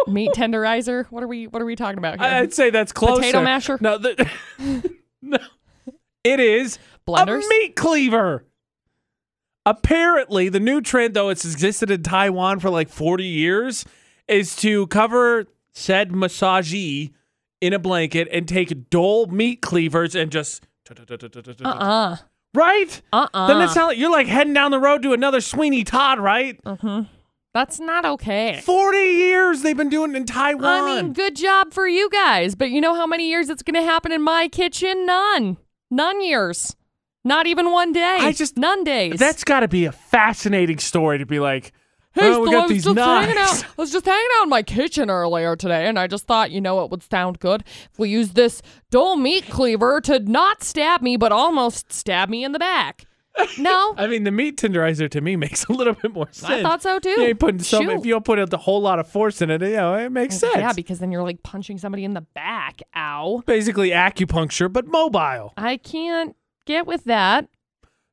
Speaker 2: meat tenderizer? What are we? What are we talking about here?
Speaker 1: I- I'd say that's closer.
Speaker 2: Potato masher?
Speaker 1: No, the, (laughs) no. It is
Speaker 2: Blenders?
Speaker 1: a meat cleaver. Apparently, the new trend, though it's existed in Taiwan for like 40 years, is to cover said massagee in a blanket and take dull meat cleavers and just.
Speaker 2: Uh-uh.
Speaker 1: Right?
Speaker 2: Uh-uh.
Speaker 1: Then it's not like you're like heading down the road to another Sweeney Todd, right?
Speaker 2: That's not okay.
Speaker 1: 40 years they've been doing it in Taiwan.
Speaker 2: I mean, good job for you guys, but you know how many years it's going to happen in my kitchen? None. None years. Not even one day.
Speaker 1: I just-
Speaker 2: none days.
Speaker 1: That's got to be a fascinating story to be like, oh, we
Speaker 2: so I
Speaker 1: got
Speaker 2: was
Speaker 1: these
Speaker 2: just hanging
Speaker 1: knives.
Speaker 2: out. I was just hanging out in my kitchen earlier today, and I just thought, you know, what would sound good if we use this dull meat cleaver to not stab me, but almost stab me in the back. No,
Speaker 1: (laughs) (laughs) I mean, the meat tenderizer to me makes a little bit more sense.
Speaker 2: I thought so too.
Speaker 1: You ain't putting so
Speaker 2: Shoot.
Speaker 1: if you don't put a whole lot of force in it, you know, it makes sense.
Speaker 2: Yeah, because then you're like punching somebody in the back. Ow!
Speaker 1: Basically acupuncture, but mobile.
Speaker 2: I can't get with that.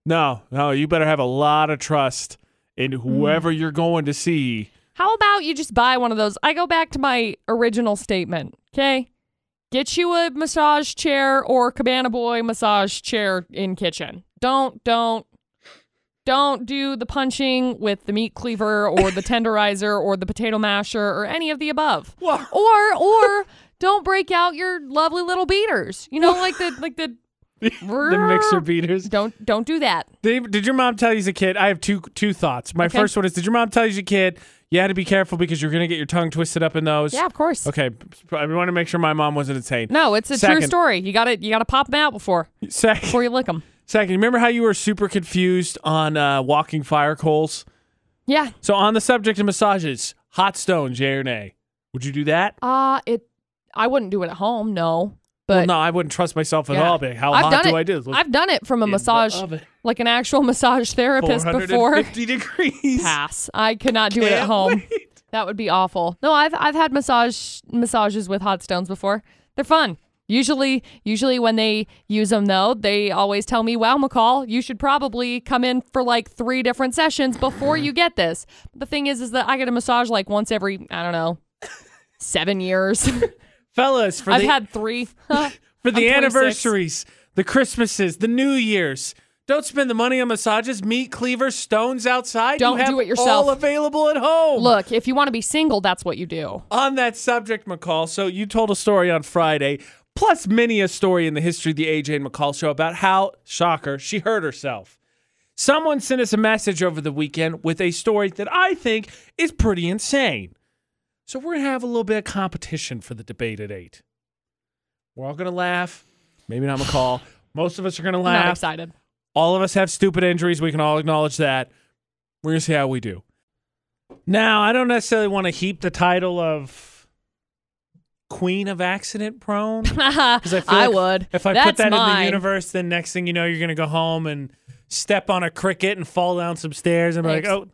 Speaker 1: No, no, you better have a lot of trust in
Speaker 2: Hmm.
Speaker 1: whoever you're going to see.
Speaker 2: How about you just buy one of those? I go back to my original statement, okay? Get you a massage chair or cabana boy massage chair in kitchen. Don't don't don't do the punching with the meat cleaver or the tenderizer or the potato masher or any of
Speaker 1: (laughs)
Speaker 2: the above.
Speaker 1: Whoa.
Speaker 2: Or or don't break out your lovely little beaters. You know, like the like the
Speaker 1: (laughs) the mixer beaters.
Speaker 2: Don't don't do that.
Speaker 1: Did, did your mom tell you as a kid? I have two two thoughts. My
Speaker 2: Okay.
Speaker 1: first one is: Did your mom tell you as a kid you had to be careful because you're going to get your tongue twisted up in those?
Speaker 2: Yeah, of course.
Speaker 1: Okay, I want to make sure my mom wasn't insane.
Speaker 2: No, it's a true
Speaker 1: Second.
Speaker 2: story. You got to you got to pop them out before
Speaker 1: Second,
Speaker 2: before you lick them.
Speaker 1: Second, remember how you were super confused on uh, walking fire coals?
Speaker 2: Yeah,
Speaker 1: So, on the subject of massages, hot stones, yay or nay? Would you do that?
Speaker 2: Uh it I wouldn't do it at home, no. But
Speaker 1: No, I wouldn't trust myself at
Speaker 2: yeah.
Speaker 1: all. But how
Speaker 2: I've
Speaker 1: hot
Speaker 2: done
Speaker 1: do
Speaker 2: it.
Speaker 1: I do this? Let's
Speaker 2: I've done it from a
Speaker 1: in the
Speaker 2: massage
Speaker 1: oven.
Speaker 2: like an actual (laughs) massage therapist before.
Speaker 1: 450 degrees.
Speaker 2: (laughs) Pass. I could not do it at
Speaker 1: Can't
Speaker 2: home.
Speaker 1: (laughs) wait.
Speaker 2: (laughs) That would be awful. No, I've I've had massage massages with hot stones before. They're fun. Usually, usually when they use them though, they always tell me, "Wow, McCall, you should probably come in for like three different sessions before you get this." The thing is, is that I get a massage like once every I don't know seven years. (laughs)
Speaker 1: Fellas, for
Speaker 2: I've
Speaker 1: the,
Speaker 2: had three. (laughs)
Speaker 1: for the
Speaker 2: 26.
Speaker 1: anniversaries, the Christmases, the New Year's, don't spend the money on massages, meat cleavers, stones outside. you
Speaker 2: Don't
Speaker 1: have
Speaker 2: do it yourself.
Speaker 1: All available at home.
Speaker 2: Look, if you want to be single, that's what you do.
Speaker 1: on that subject, McCall, so you told a story on Friday, plus many a story in the history of the AJ and McCall show about how, shocker, she hurt herself. Someone sent us a message over the weekend with a story that I think is pretty insane. So we're going to have a little bit of competition for the debate at 8. We're all going to laugh. Maybe not McCall. Most of us are going to
Speaker 2: I'm not
Speaker 1: laugh.
Speaker 2: excited. (laughs)
Speaker 1: All of us have stupid injuries. We can all acknowledge that. We're going to see how we do. Now, I don't necessarily want to heap the title of queen of accident prone.
Speaker 2: (laughs) I,
Speaker 1: Because I, feel like
Speaker 2: would.
Speaker 1: If I
Speaker 2: That's
Speaker 1: put that in
Speaker 2: mine.
Speaker 1: the universe, then next thing you know, you're gonna go home and step on a cricket and fall down some stairs and be like,
Speaker 2: Thanks.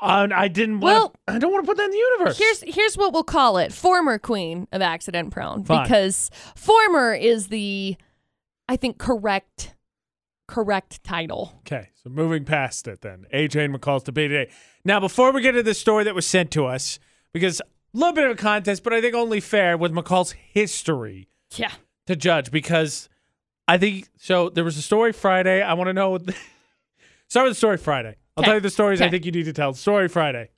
Speaker 1: oh, I, I didn't. Wanna,
Speaker 2: Well-
Speaker 1: I don't want to put that in the universe.
Speaker 2: Here's here's what we'll call it: former queen of accident prone,
Speaker 1: Fine.
Speaker 2: because former is the, I think correct, correct title.
Speaker 1: okay, so moving past it then. AJ and McCall's debate today. Now, before we get to the story that was sent to us, because a little bit of a contest, but I think only fair with McCall's history
Speaker 2: Yeah.
Speaker 1: to judge because I think so. There was a story Friday. I want to know. What the, (laughs) start with the story Friday. I'll
Speaker 2: Okay.
Speaker 1: tell you the stories I
Speaker 2: Okay.
Speaker 1: think you need to tell. Story Friday.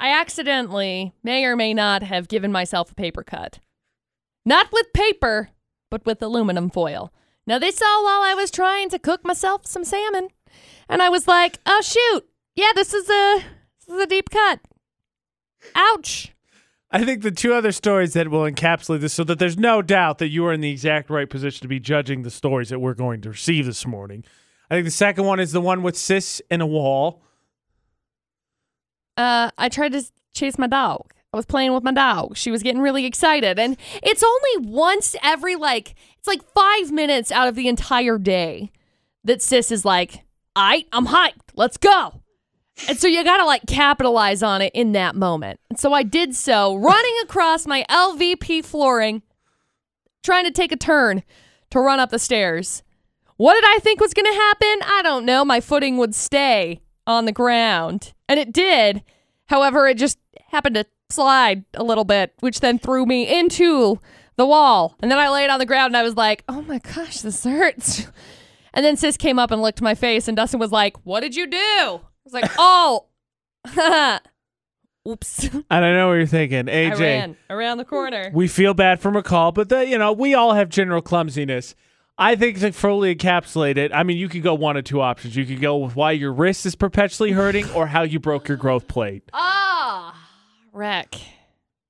Speaker 2: I accidentally may or may not have given myself a paper cut. Not with paper, but with aluminum foil. Now, they saw while I was trying to cook myself some salmon, and I was like, oh, shoot. Yeah, this is a, this is a deep cut. Ouch.
Speaker 1: I think the two other stories that will encapsulate this so that there's no doubt that you are in the exact right position to be judging the stories that we're going to receive this morning. I think the second one is the one with sis and a wall.
Speaker 2: Uh, I tried to s- chase my dog. I was playing with my dog. She was getting really excited. And it's only once every, like, it's like five minutes out of the entire day that sis is like, all right, I'm hyped. Let's go. And so you got to, like, capitalize on it in that moment. And so I did so, running across my LVP flooring, trying to take a turn to run up the stairs. What did I think was going to happen? I don't know. My footing would stay on the ground. And it did. However, it just happened to slide a little bit, which then threw me into the wall. And then I laid on the ground and I was like, oh my gosh, this hurts. (laughs) And then Sis came up and licked my face, and Dustin was like, what did you do? I was (laughs) like, oh, oops.
Speaker 1: And I know what you're thinking,
Speaker 2: I
Speaker 1: AJ.
Speaker 2: ran around the corner.
Speaker 1: We feel bad for McCall, but the, you know we all have general clumsiness. I think to fully encapsulate it, I mean, you could go one of two options. You could go with why your wrist is perpetually hurting or how you broke your growth plate.
Speaker 2: Ah, wreck.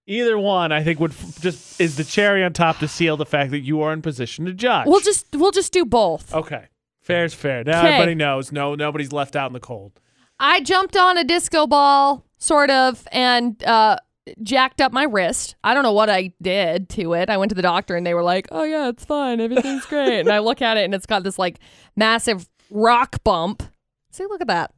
Speaker 1: Either one, I think, would f- just is the cherry on top to seal the fact that you are in position to judge.
Speaker 2: We'll just we'll just do both.
Speaker 1: Okay. Fair's fair. Now
Speaker 2: 'Kay.
Speaker 1: everybody knows. No, nobody's left out in the cold.
Speaker 2: I jumped on a disco ball, sort of, and uh, jacked up my wrist. I don't know what I did to it. I went to the doctor and they were like, oh, yeah, it's fine. Everything's great. and I look at it and it's got this like massive rock bump. See, look at that.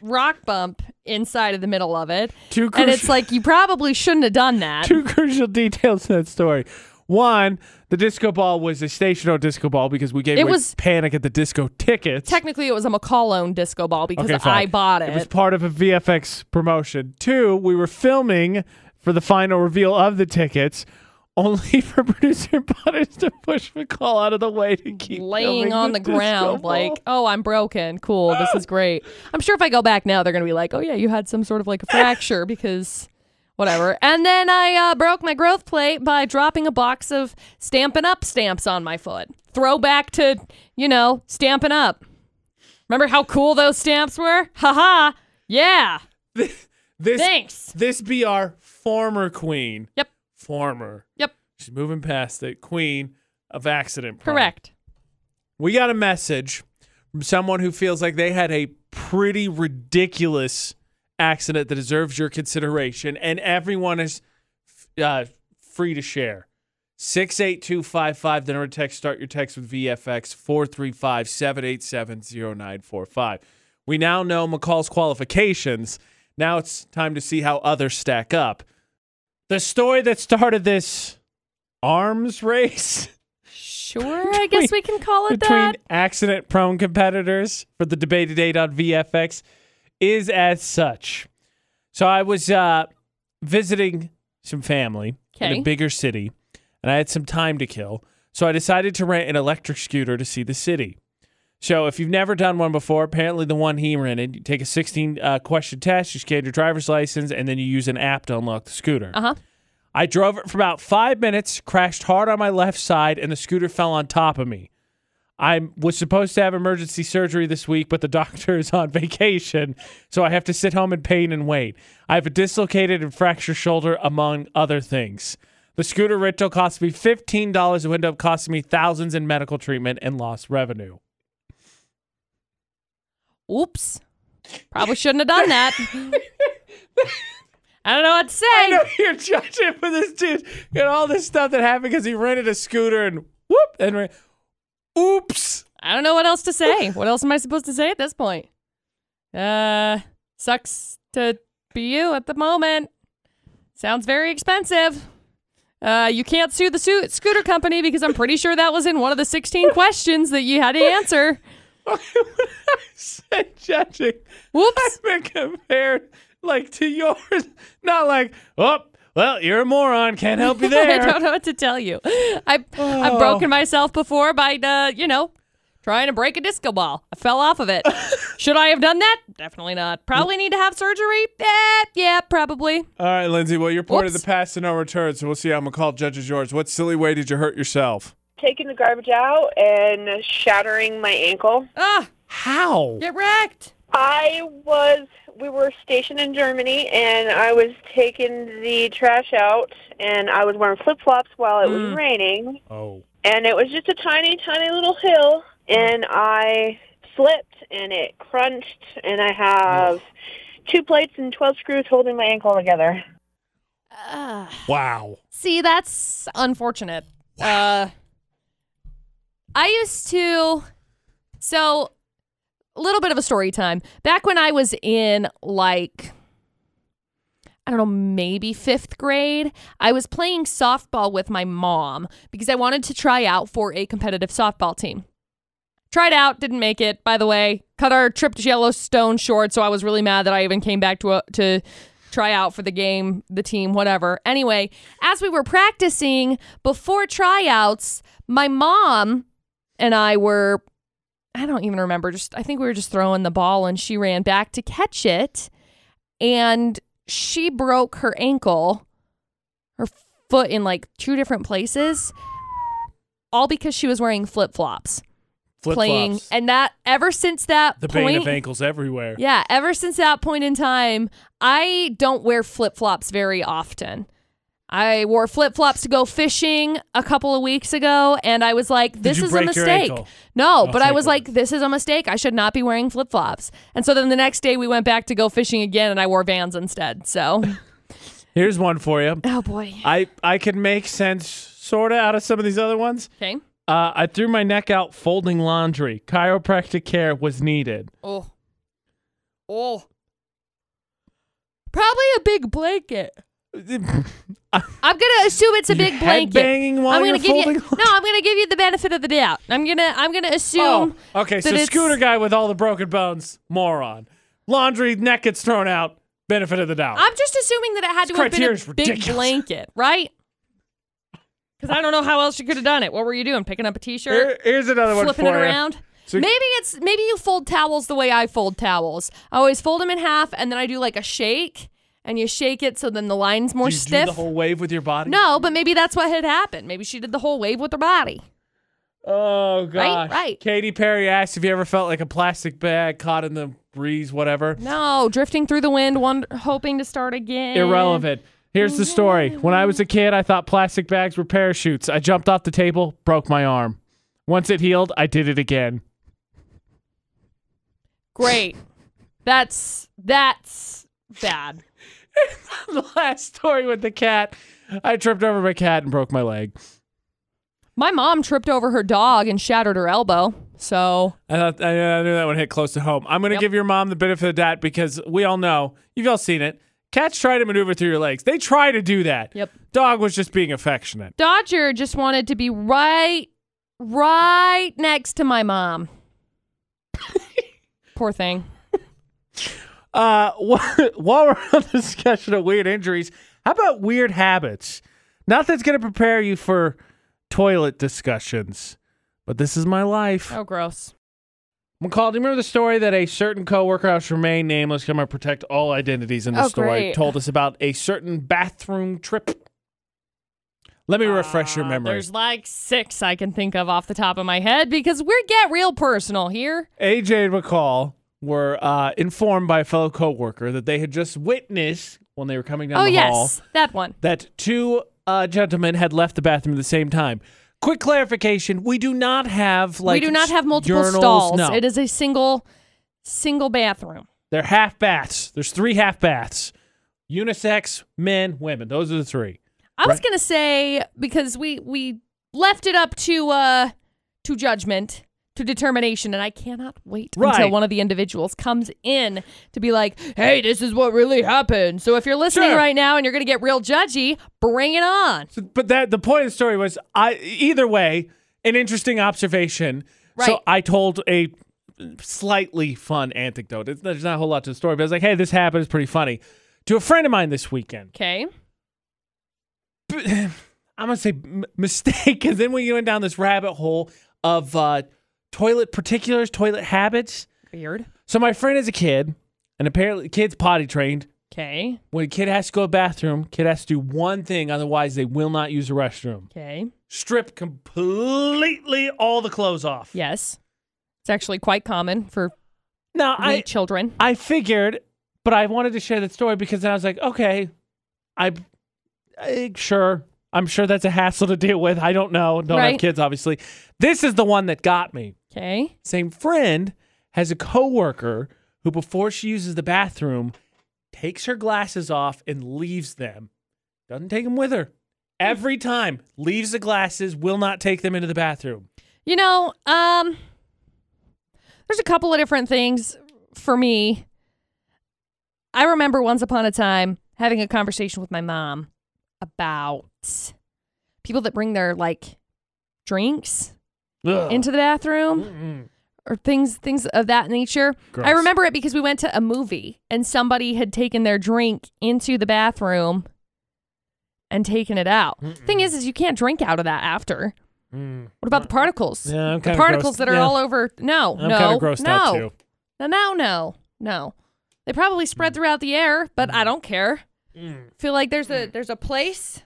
Speaker 2: Rock bump inside of the middle of it.
Speaker 1: Two
Speaker 2: And it's like, you probably shouldn't have done
Speaker 1: (laughs)
Speaker 2: that.
Speaker 1: two crucial details to that story. One, the disco ball was a stationary disco ball because we gave
Speaker 2: It
Speaker 1: away
Speaker 2: was-
Speaker 1: panic at the disco tickets.
Speaker 2: Technically, it was a McCollone disco ball because
Speaker 1: Okay, fine.
Speaker 2: I bought it.
Speaker 1: It was part of a VFX promotion. Two, we were filming for the final reveal of the tickets, only (laughs) for producer Butters to push McCall out of the way to keep
Speaker 2: laying
Speaker 1: filming
Speaker 2: on the,
Speaker 1: disco
Speaker 2: ground
Speaker 1: ball.
Speaker 2: like oh i'm broken cool this is great i'm sure if i go back now they're gonna be like oh yeah you had some sort of like a
Speaker 1: (laughs)
Speaker 2: fracture because whatever and then i uh, broke my growth plate by dropping a box of stampin' up stamps on my foot throwback to you know stampin' up remember how cool those stamps were haha yeah
Speaker 1: this.
Speaker 2: thanks
Speaker 1: This be our former queen.
Speaker 2: Yep.
Speaker 1: Former.
Speaker 2: yep
Speaker 1: She's moving past it. Queen of accident. prone. (laughs)
Speaker 2: correct
Speaker 1: We got a message from someone who feels like they had a pretty ridiculous accident that deserves your consideration, and everyone is uh, free to share. 68255, the number to text, start your text with VFX 435 787 0945. We now know McCall's qualifications. Now it's time to see how others stack up. The story that started this arms (laughs) race
Speaker 2: sure i guess we can call it
Speaker 1: between
Speaker 2: that
Speaker 1: accident prone competitors for the debate date on VFX is as such. So I was uh, visiting some family in
Speaker 2: Okay.
Speaker 1: a bigger city, and I had some time to kill. So I decided to rent an electric scooter to see the city. So if you've never done one before, apparently the one he rented, you take a 16 uh, question test, you scan your driver's license, and then you use an app to unlock the scooter.
Speaker 2: uh-huh
Speaker 1: I drove it for about five minutes, crashed hard on my left side, and the scooter fell on top of me. I was supposed to have emergency surgery this week, but the doctor is on vacation, so I have to sit home in pain and wait. I have a dislocated and fractured shoulder, among other things. The scooter rental cost me $15, and ended up costing me thousands in medical treatment and lost revenue.
Speaker 2: oops Probably shouldn't have
Speaker 1: (laughs)
Speaker 2: done that. I don't know what to say.
Speaker 1: I know you're judging for this dude and all this stuff that happened because he rented a scooter and whoop and ran. Oops. (laughs)
Speaker 2: I don't know what else to say. What else am I supposed to say at this point? Uh, sucks to be you at the moment. Sounds very expensive. Uh, you can't sue the su- scooter company because I'm pretty sure that was in one of the 16 questions that you had to answer.
Speaker 1: when I said judging,
Speaker 2: Whoops.
Speaker 1: (laughs) I've been compared like to yours, (laughs) not like oh. Well, you're a moron. Can't help you
Speaker 2: (laughs) I
Speaker 1: there.
Speaker 2: don't know what to tell you. I
Speaker 1: Oh.
Speaker 2: I've broken myself before by uh, you know, trying to break a disco ball. I fell off (laughs) of it. Should I have done that? Definitely not. Probably need to have surgery. Eh, yeah, probably.
Speaker 1: All right, Lindsay. Well, your point of
Speaker 2: Whoops.
Speaker 1: the past and no return, so we'll see how I'm gonna call judges yours. What silly way did you hurt yourself?
Speaker 4: Taking the garbage out and shattering my ankle.
Speaker 2: Ah,
Speaker 1: How?
Speaker 2: get wrecked.
Speaker 4: I was, we were stationed in Germany, and I was taking the trash out, and I was wearing flip flops while it was raining,
Speaker 1: Oh.
Speaker 4: and it was just a tiny, tiny little hill, and I slipped, and it crunched, and I have two plates and 12 screws holding my ankle together.
Speaker 2: Ah.
Speaker 1: Wow.
Speaker 2: See, that's unfortunate. Uh, I used to. So, a little bit of a story time. Back when I was in, like, I don't know, maybe fifth grade, I was playing softball with my mom because I wanted to try out for a competitive softball team. Tried out, didn't make it. By the way, cut our trip to Yellowstone short, so I was really mad that I even came back to uh, to try out for the game, the team, whatever. Anyway, as we were practicing before tryouts, my mom and I were I don't even remember, just I think we were just throwing the ball and she ran back to catch it and she broke her ankle, her foot in like two different places, all because she was wearing flip-flops
Speaker 1: Flip
Speaker 2: playing
Speaker 1: flops.
Speaker 2: and that ever since that
Speaker 1: The
Speaker 2: point
Speaker 1: pain of ankles everywhere.
Speaker 2: yeah, ever since that point in time, I don't wear flip flops very often. I wore flip flops to go fishing a couple of weeks ago, and I was like, "This
Speaker 1: you
Speaker 2: is a
Speaker 1: break your
Speaker 2: mistake."
Speaker 1: ankle? Oh,
Speaker 2: No, but I
Speaker 1: thank
Speaker 2: was
Speaker 1: God.
Speaker 2: like, "This is a mistake. I should not be wearing flip flops." And so then the next day we went back to go fishing again, and I wore Vans instead. So,
Speaker 1: Here's one for you.
Speaker 2: (laughs) oh boy.
Speaker 1: I I can make sense sorta out of some of these other ones.
Speaker 2: Okay.
Speaker 1: Uh, I threw my neck out folding laundry. Chiropractic care was (laughs) needed.
Speaker 2: Oh. Oh. Probably a big blanket. I'm gonna assume it's a
Speaker 1: You're
Speaker 2: big blanket.
Speaker 1: headbanging while
Speaker 2: I'm
Speaker 1: you're
Speaker 2: gonna give you
Speaker 1: folding
Speaker 2: (laughs) no. I'm gonna give you the benefit of the doubt. I'm gonna I'm gonna assume.
Speaker 1: Oh, okay.
Speaker 2: that
Speaker 1: So
Speaker 2: it's-
Speaker 1: scooter guy with all the broken bones, moron. Laundry neck gets thrown out. Benefit of the doubt.
Speaker 2: I'm just assuming that it had to
Speaker 1: This
Speaker 2: have been a
Speaker 1: criteria's
Speaker 2: big
Speaker 1: ridiculous.
Speaker 2: blanket, right? Because I don't know how else you could have done it. What were you doing? Picking up a T-shirt,
Speaker 1: Here- here's another one for
Speaker 2: flipping it
Speaker 1: you.
Speaker 2: around.
Speaker 1: So-
Speaker 2: maybe it's maybe you fold towels the way I fold towels. I always fold them in half and then I do like a shake, and you shake it so then the line's more
Speaker 1: Do you
Speaker 2: stiff.
Speaker 1: do the whole wave with your body?
Speaker 2: no, but maybe that's what had happened. Maybe she did the whole wave with her body.
Speaker 1: Oh gosh.
Speaker 2: right.
Speaker 1: Katy Perry asked if you ever felt like a plastic bag caught in the breeze, whatever.
Speaker 2: No, drifting through the wind, wonder, hoping to start again.
Speaker 1: Irrelevant. Here's the story. When I was a kid, I thought plastic bags were parachutes. I jumped off the table, broke my arm. Once it healed, I did it again. (laughs)
Speaker 2: Great. That's that's bad.
Speaker 1: the last story with the cat. I tripped over my cat and broke my leg.
Speaker 2: My mom tripped over her dog and shattered her elbow. So
Speaker 1: I thought I, I knew that one hit close to home. I'm going to
Speaker 2: Yep.
Speaker 1: give your mom the benefit of that because we all know you've all seen it. Cats try to maneuver through your legs. They try to do that.
Speaker 2: Yep.
Speaker 1: Dog was just being affectionate.
Speaker 2: Dodger just wanted to be right right next to
Speaker 1: (laughs)
Speaker 2: my mom. Poor thing.
Speaker 1: Uh, (laughs) wh- while we're on the discussion of weird injuries, how about weird habits? Nothing's going to prepare you for toilet discussions, but this is my life.
Speaker 2: Oh gross.
Speaker 1: McCall, do you remember the story that a certain coworker, I shall remain nameless, come I protect all identities in the
Speaker 2: Oh,
Speaker 1: story,
Speaker 2: great.
Speaker 1: told us about a certain bathroom trip? Let me refresh your memory.
Speaker 2: Uh, There's like six I can think of off the top of my head because we get real personal here.
Speaker 1: AJ and McCall were uh, informed by a fellow coworker that they had just witnessed when they were coming down
Speaker 2: oh
Speaker 1: the
Speaker 2: yes.
Speaker 1: hall
Speaker 2: That one.
Speaker 1: that two uh, gentlemen had left the bathroom at the same time. Quick clarification: We do not have like
Speaker 2: we do not have multiple
Speaker 1: urinals,
Speaker 2: stalls.
Speaker 1: No.
Speaker 2: It is a single single bathroom.
Speaker 1: They're half baths. There's three half baths. Unisex, men, women. Those are the three.
Speaker 2: I was
Speaker 1: Right.
Speaker 2: gonna say because we we left it up to uh to judgment to determination, and I cannot wait until
Speaker 1: Right.
Speaker 2: one of the individuals comes in to be like, "Hey, this is what really happened." So if you're listening
Speaker 1: Sure.
Speaker 2: right now and you're gonna get real judgy, bring it on.
Speaker 1: So, but that the point of the story was I either way, an interesting observation.
Speaker 2: Right.
Speaker 1: So I told a slightly fun anecdote. It's, there's not a whole lot to the story, but I was like, hey, this happened. It's pretty funny. To a friend of mine this weekend.
Speaker 2: Okay.
Speaker 1: I'm gonna say m- mistake, because then we went down this rabbit hole of uh, toilet particulars, toilet habits.
Speaker 2: Weird.
Speaker 1: So my friend is a kid, and apparently the kid's potty trained.
Speaker 2: Okay.
Speaker 1: When a kid has to go to the bathroom, kid has to do one thing, otherwise they will not use the restroom.
Speaker 2: Okay.
Speaker 1: Strip completely all the clothes off.
Speaker 2: Yes. It's actually quite common for
Speaker 1: Now
Speaker 2: many
Speaker 1: I
Speaker 2: children.
Speaker 1: I figured, but I wanted to share that story because then I was like, okay, I, I- sure. I'm sure that's a hassle to deal with. I don't know. Don't
Speaker 2: Right.
Speaker 1: have kids, obviously. This is the one that got me.
Speaker 2: Okay.
Speaker 1: Same friend has a coworker who, before she uses the bathroom, takes her glasses off and leaves them. Doesn't take them with her. Every time, leaves the glasses, will not take them into the bathroom.
Speaker 2: You know, um, there's a couple of different things for me. I remember once upon a time having a conversation with my mom about people that bring their like drinks
Speaker 1: Ugh.
Speaker 2: into the bathroom
Speaker 1: Mm-mm.
Speaker 2: or things things of that nature. I
Speaker 1: Gross.
Speaker 2: remember it because we went to a movie and somebody had taken their drink into the bathroom and taken it out. Thing is is you can't drink out of that after.
Speaker 1: Mm.
Speaker 2: What about the particles?
Speaker 1: Yeah, I'm
Speaker 2: the
Speaker 1: kinda
Speaker 2: particles
Speaker 1: grossed-
Speaker 2: that are
Speaker 1: yeah.
Speaker 2: all over. No,
Speaker 1: I'm kind
Speaker 2: no,
Speaker 1: of grossed
Speaker 2: no,
Speaker 1: out too.
Speaker 2: no, no, no, no. They probably
Speaker 1: Mm.
Speaker 2: spread throughout the air, but I don't care. Feel like there's
Speaker 1: Mm.
Speaker 2: a there's a place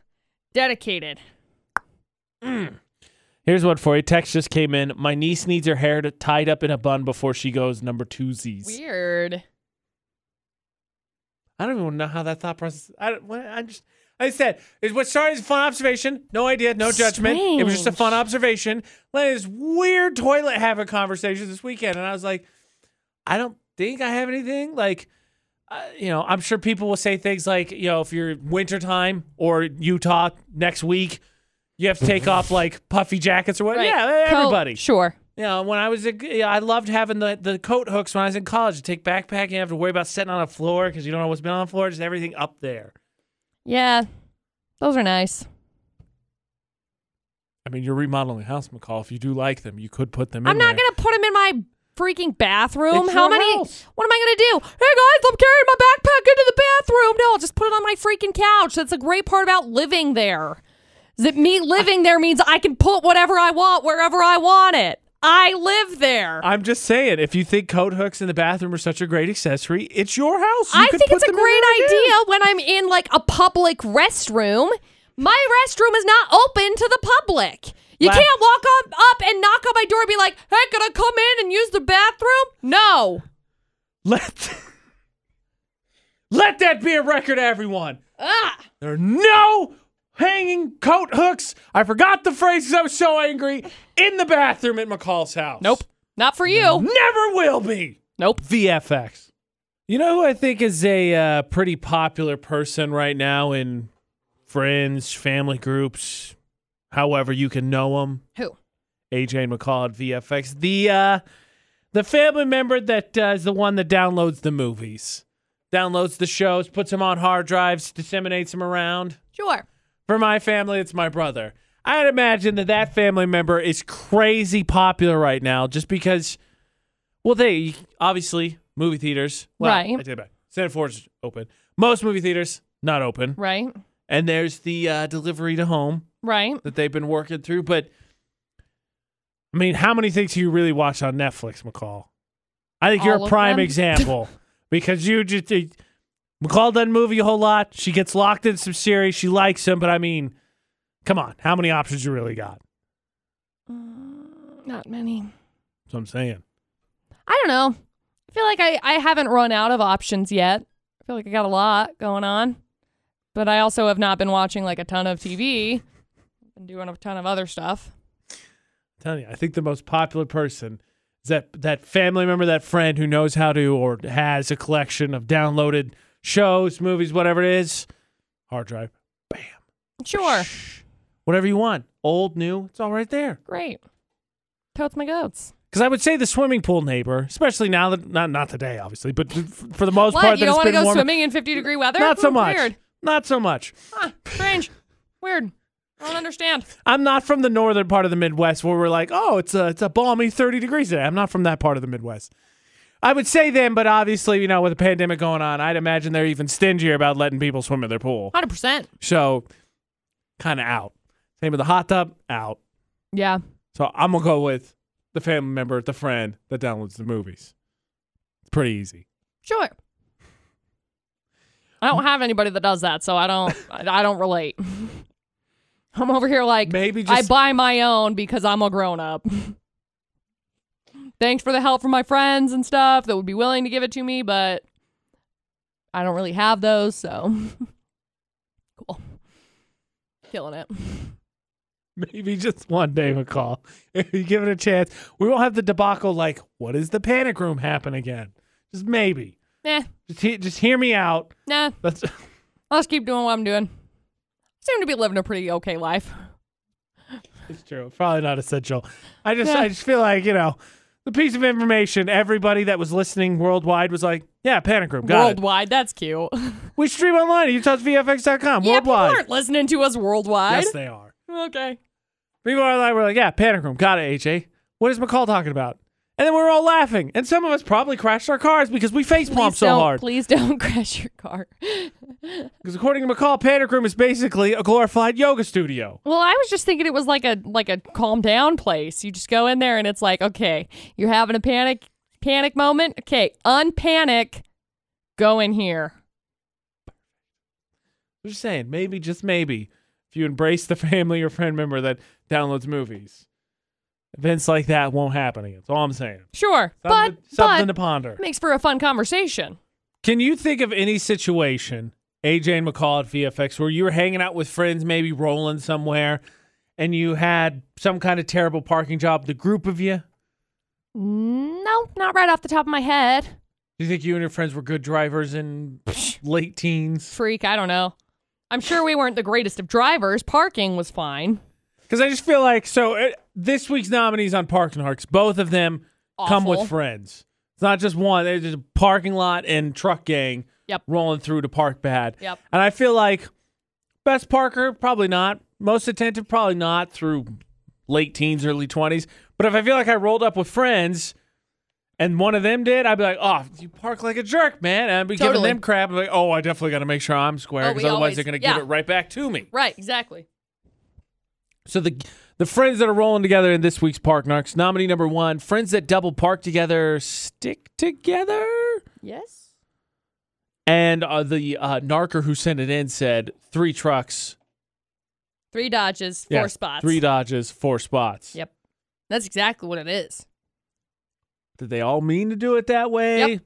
Speaker 2: dedicated.
Speaker 1: Here's one for you. Text just came in. My niece needs her hair to, tied up in a bun before she goes number two Z's.
Speaker 2: Weird.
Speaker 1: I don't even know how that thought process. I don't, well, I just. I said it's what started as a fun observation. No idea, no judgment. It was just a fun observation. Let this weird toilet habit conversation this weekend, and I was like, I don't think I have anything. Like, uh, you know, I'm sure people will say things like, you know, if you're wintertime or Utah next week, you have to take off like puffy jackets or what.
Speaker 2: Right.
Speaker 1: Yeah,
Speaker 2: Coat,
Speaker 1: everybody.
Speaker 2: sure.
Speaker 1: You know, when I was, a, yeah, I loved having the, the coat hooks when I was in college. You take backpack, you have to worry about sitting on a floor because you don't know what's been on the floor. Just everything up there.
Speaker 2: Yeah, those are nice.
Speaker 1: I mean, you're remodeling a house, McCall. If you do like them, you could put them
Speaker 2: I'm
Speaker 1: in
Speaker 2: not
Speaker 1: there.
Speaker 2: gonna put them in my freaking bathroom.
Speaker 1: It's
Speaker 2: How
Speaker 1: your
Speaker 2: many?
Speaker 1: house.
Speaker 2: What am I gonna do? Hey guys, I'm carrying my backpack into the bathroom. No, I'll just put it on my freaking couch. That's the great part about living there. Is that me living there means I can put whatever I want wherever I want it. I live there.
Speaker 1: I'm just saying, if you think coat hooks in the bathroom are such a great accessory, it's your house. You
Speaker 2: I
Speaker 1: could
Speaker 2: think
Speaker 1: put
Speaker 2: it's a
Speaker 1: them in
Speaker 2: great
Speaker 1: there again.
Speaker 2: idea when I'm in like a public restroom. My restroom is not open to the public. You
Speaker 1: La-
Speaker 2: can't walk on up and knock on my door and be like, hey, can I come in and use the bathroom? No.
Speaker 1: Let, let that be a record, everyone.
Speaker 2: Ah.
Speaker 1: There are no hanging coat hooks. I forgot the phrase 'cause I was so angry in the bathroom at McCall's house.
Speaker 2: Nope. Not for you.
Speaker 1: Never will be.
Speaker 2: Nope.
Speaker 1: VFX. You know who I think is a uh, pretty popular person right now in friends, family groups, however you can know them?
Speaker 2: Who?
Speaker 1: AJ and McCall at VFX. The uh, the family member that uh, is the one that downloads the movies, downloads the shows, puts them on hard drives, disseminates them around.
Speaker 2: Sure.
Speaker 1: For my family, it's my brother. I'd imagine that that family member is crazy popular right now just because, well, they obviously movie theaters. Well,
Speaker 2: Right.
Speaker 1: I take it back. Santa Forge open. Most movie theaters not open,
Speaker 2: Right.
Speaker 1: and there's the uh, delivery to home
Speaker 2: Right.
Speaker 1: that they've been working through. But I mean, how many things do you really watch on Netflix, McCall? I think
Speaker 2: All
Speaker 1: you're a
Speaker 2: of
Speaker 1: prime
Speaker 2: them. (laughs)
Speaker 1: example because you just uh, McCall doesn't movie a whole lot. She gets locked in some series. She likes them, but I mean, come on, how many options you really got?
Speaker 2: Mm, Not many.
Speaker 1: That's what I'm saying.
Speaker 2: I don't know. I feel like I, I haven't run out of options yet. I feel like I got a lot going on. But I also have not been watching like a ton of TV. Been doing a ton of other stuff.
Speaker 1: I'm telling you, I think the most popular person is that that family member, that friend who knows how to or has a collection of downloaded shows, movies, whatever it is, hard drive, bam,
Speaker 2: Sure.
Speaker 1: whatever you want, old, new, it's all right there.
Speaker 2: Great. Totes my goats.
Speaker 1: Because I would say the swimming pool neighbor, especially now that not not today, obviously, but f- for the most part,
Speaker 2: What? You
Speaker 1: that
Speaker 2: don't
Speaker 1: it's
Speaker 2: want to
Speaker 1: been
Speaker 2: go
Speaker 1: warm.
Speaker 2: swimming in 50 degree weather?
Speaker 1: Not so
Speaker 2: Hmm,
Speaker 1: much.
Speaker 2: Weird.
Speaker 1: Not so much.
Speaker 2: Huh, strange. Weird. I don't understand.
Speaker 1: I'm not from the northern part of the Midwest where we're like, oh, it's a it's a balmy 30 degrees today. I'm not from that part of the Midwest. I would say them, but obviously, you know, with the pandemic going on, I'd imagine they're even stingier about letting people swim in their pool.
Speaker 2: 100%.
Speaker 1: So, kind of out. Same with the hot tub, out.
Speaker 2: Yeah.
Speaker 1: So I'm gonna go with the family member, the friend that downloads the movies. It's pretty easy.
Speaker 2: Sure. I don't have anybody that does that, so I don't I I don't relate. (laughs) I'm over here like
Speaker 1: Maybe
Speaker 2: I
Speaker 1: just
Speaker 2: buy my own because I'm a grown up. (laughs) Thanks for the help from my friends and stuff that would be willing to give it to me, but I don't really have those, so (laughs) cool. Killing it. (laughs)
Speaker 1: (laughs) Maybe just one day McCall. (laughs) If you give it a chance, we won't have the debacle like, what is the panic room happen again? Just maybe.
Speaker 2: Eh,
Speaker 1: Just, he- just hear me out. (laughs)
Speaker 2: nah.
Speaker 1: That's
Speaker 2: I'll just keep doing what I'm doing. Seem to be living a pretty okay life.
Speaker 1: it's true. Probably not essential. I just
Speaker 2: Yeah.
Speaker 1: I just feel like, you know, the piece of information everybody that was listening worldwide was like, yeah, panic room. Got it.
Speaker 2: worldwide, that's cute. (laughs)
Speaker 1: We stream online at utahsvfx.com
Speaker 2: yeah, people
Speaker 1: worldwide.
Speaker 2: aren't listening to us worldwide.
Speaker 1: Yes, they are.
Speaker 2: okay.
Speaker 1: People are like, we're like, yeah, panic room. Got it, HA. What is McCall talking about? And then we were all laughing. And some of us probably crashed our cars because we face
Speaker 2: Please
Speaker 1: palmed so
Speaker 2: don't,
Speaker 1: hard.
Speaker 2: Please don't (laughs) crash your car.
Speaker 1: Because according to McCall, Panic Room is basically a glorified yoga studio.
Speaker 2: Well, I was just thinking it was like a like a calm down place. You just go in there and it's like, okay, you're having a panic panic moment. Okay, unpanic. Go in here.
Speaker 1: I'm just saying, maybe, just maybe, if you embrace the (laughs) family or friend member that downloads movies, events like that won't happen again. That's all I'm saying.
Speaker 2: Sure,
Speaker 1: Something,
Speaker 2: but
Speaker 1: something to
Speaker 2: but
Speaker 1: ponder.
Speaker 2: makes for a fun conversation.
Speaker 1: Can you think of any situation, AJ and McCall at VFX, where you were hanging out with friends, maybe rolling somewhere, and you had some kind of terrible parking job, the group of you?
Speaker 2: No, not right off the top of my head.
Speaker 1: Do you think you and your friends were good drivers
Speaker 2: (laughs)
Speaker 1: in late teens?
Speaker 2: Freak, I don't know. I'm sure we weren't the greatest of drivers. Parking was fine.
Speaker 1: Because I just feel like so uh this week's nominees on Parks and Harks, both of them come
Speaker 2: Awful.
Speaker 1: with friends. It's not just one. There's just a parking lot and truck gang
Speaker 2: Yep.
Speaker 1: rolling through to park bad.
Speaker 2: Yep.
Speaker 1: And I feel like best parker probably not, most attentive probably not through late teens, early twenties. But if I feel like I rolled up with friends. And one of them did. I'd be like, "Oh, you park like a jerk, man!" And I'd be giving
Speaker 2: Totally.
Speaker 1: them crap. I'd be like, "Oh, I definitely got to make sure I'm square,
Speaker 2: Oh, we
Speaker 1: because otherwise
Speaker 2: always-
Speaker 1: they're going to
Speaker 2: yeah.
Speaker 1: give it right back to me."
Speaker 2: Right, exactly.
Speaker 1: So the the friends that are rolling together in this week's Park Narcs nominee number one: friends that double park together stick together.
Speaker 2: Yes.
Speaker 1: And uh, the uh, narker who sent it in said three trucks,
Speaker 2: Three dodges, four
Speaker 1: Yeah,
Speaker 2: spots.
Speaker 1: three dodges, four spots.
Speaker 2: Yep. That's exactly what it is.
Speaker 1: Did they all mean to do it that way?
Speaker 2: Yep.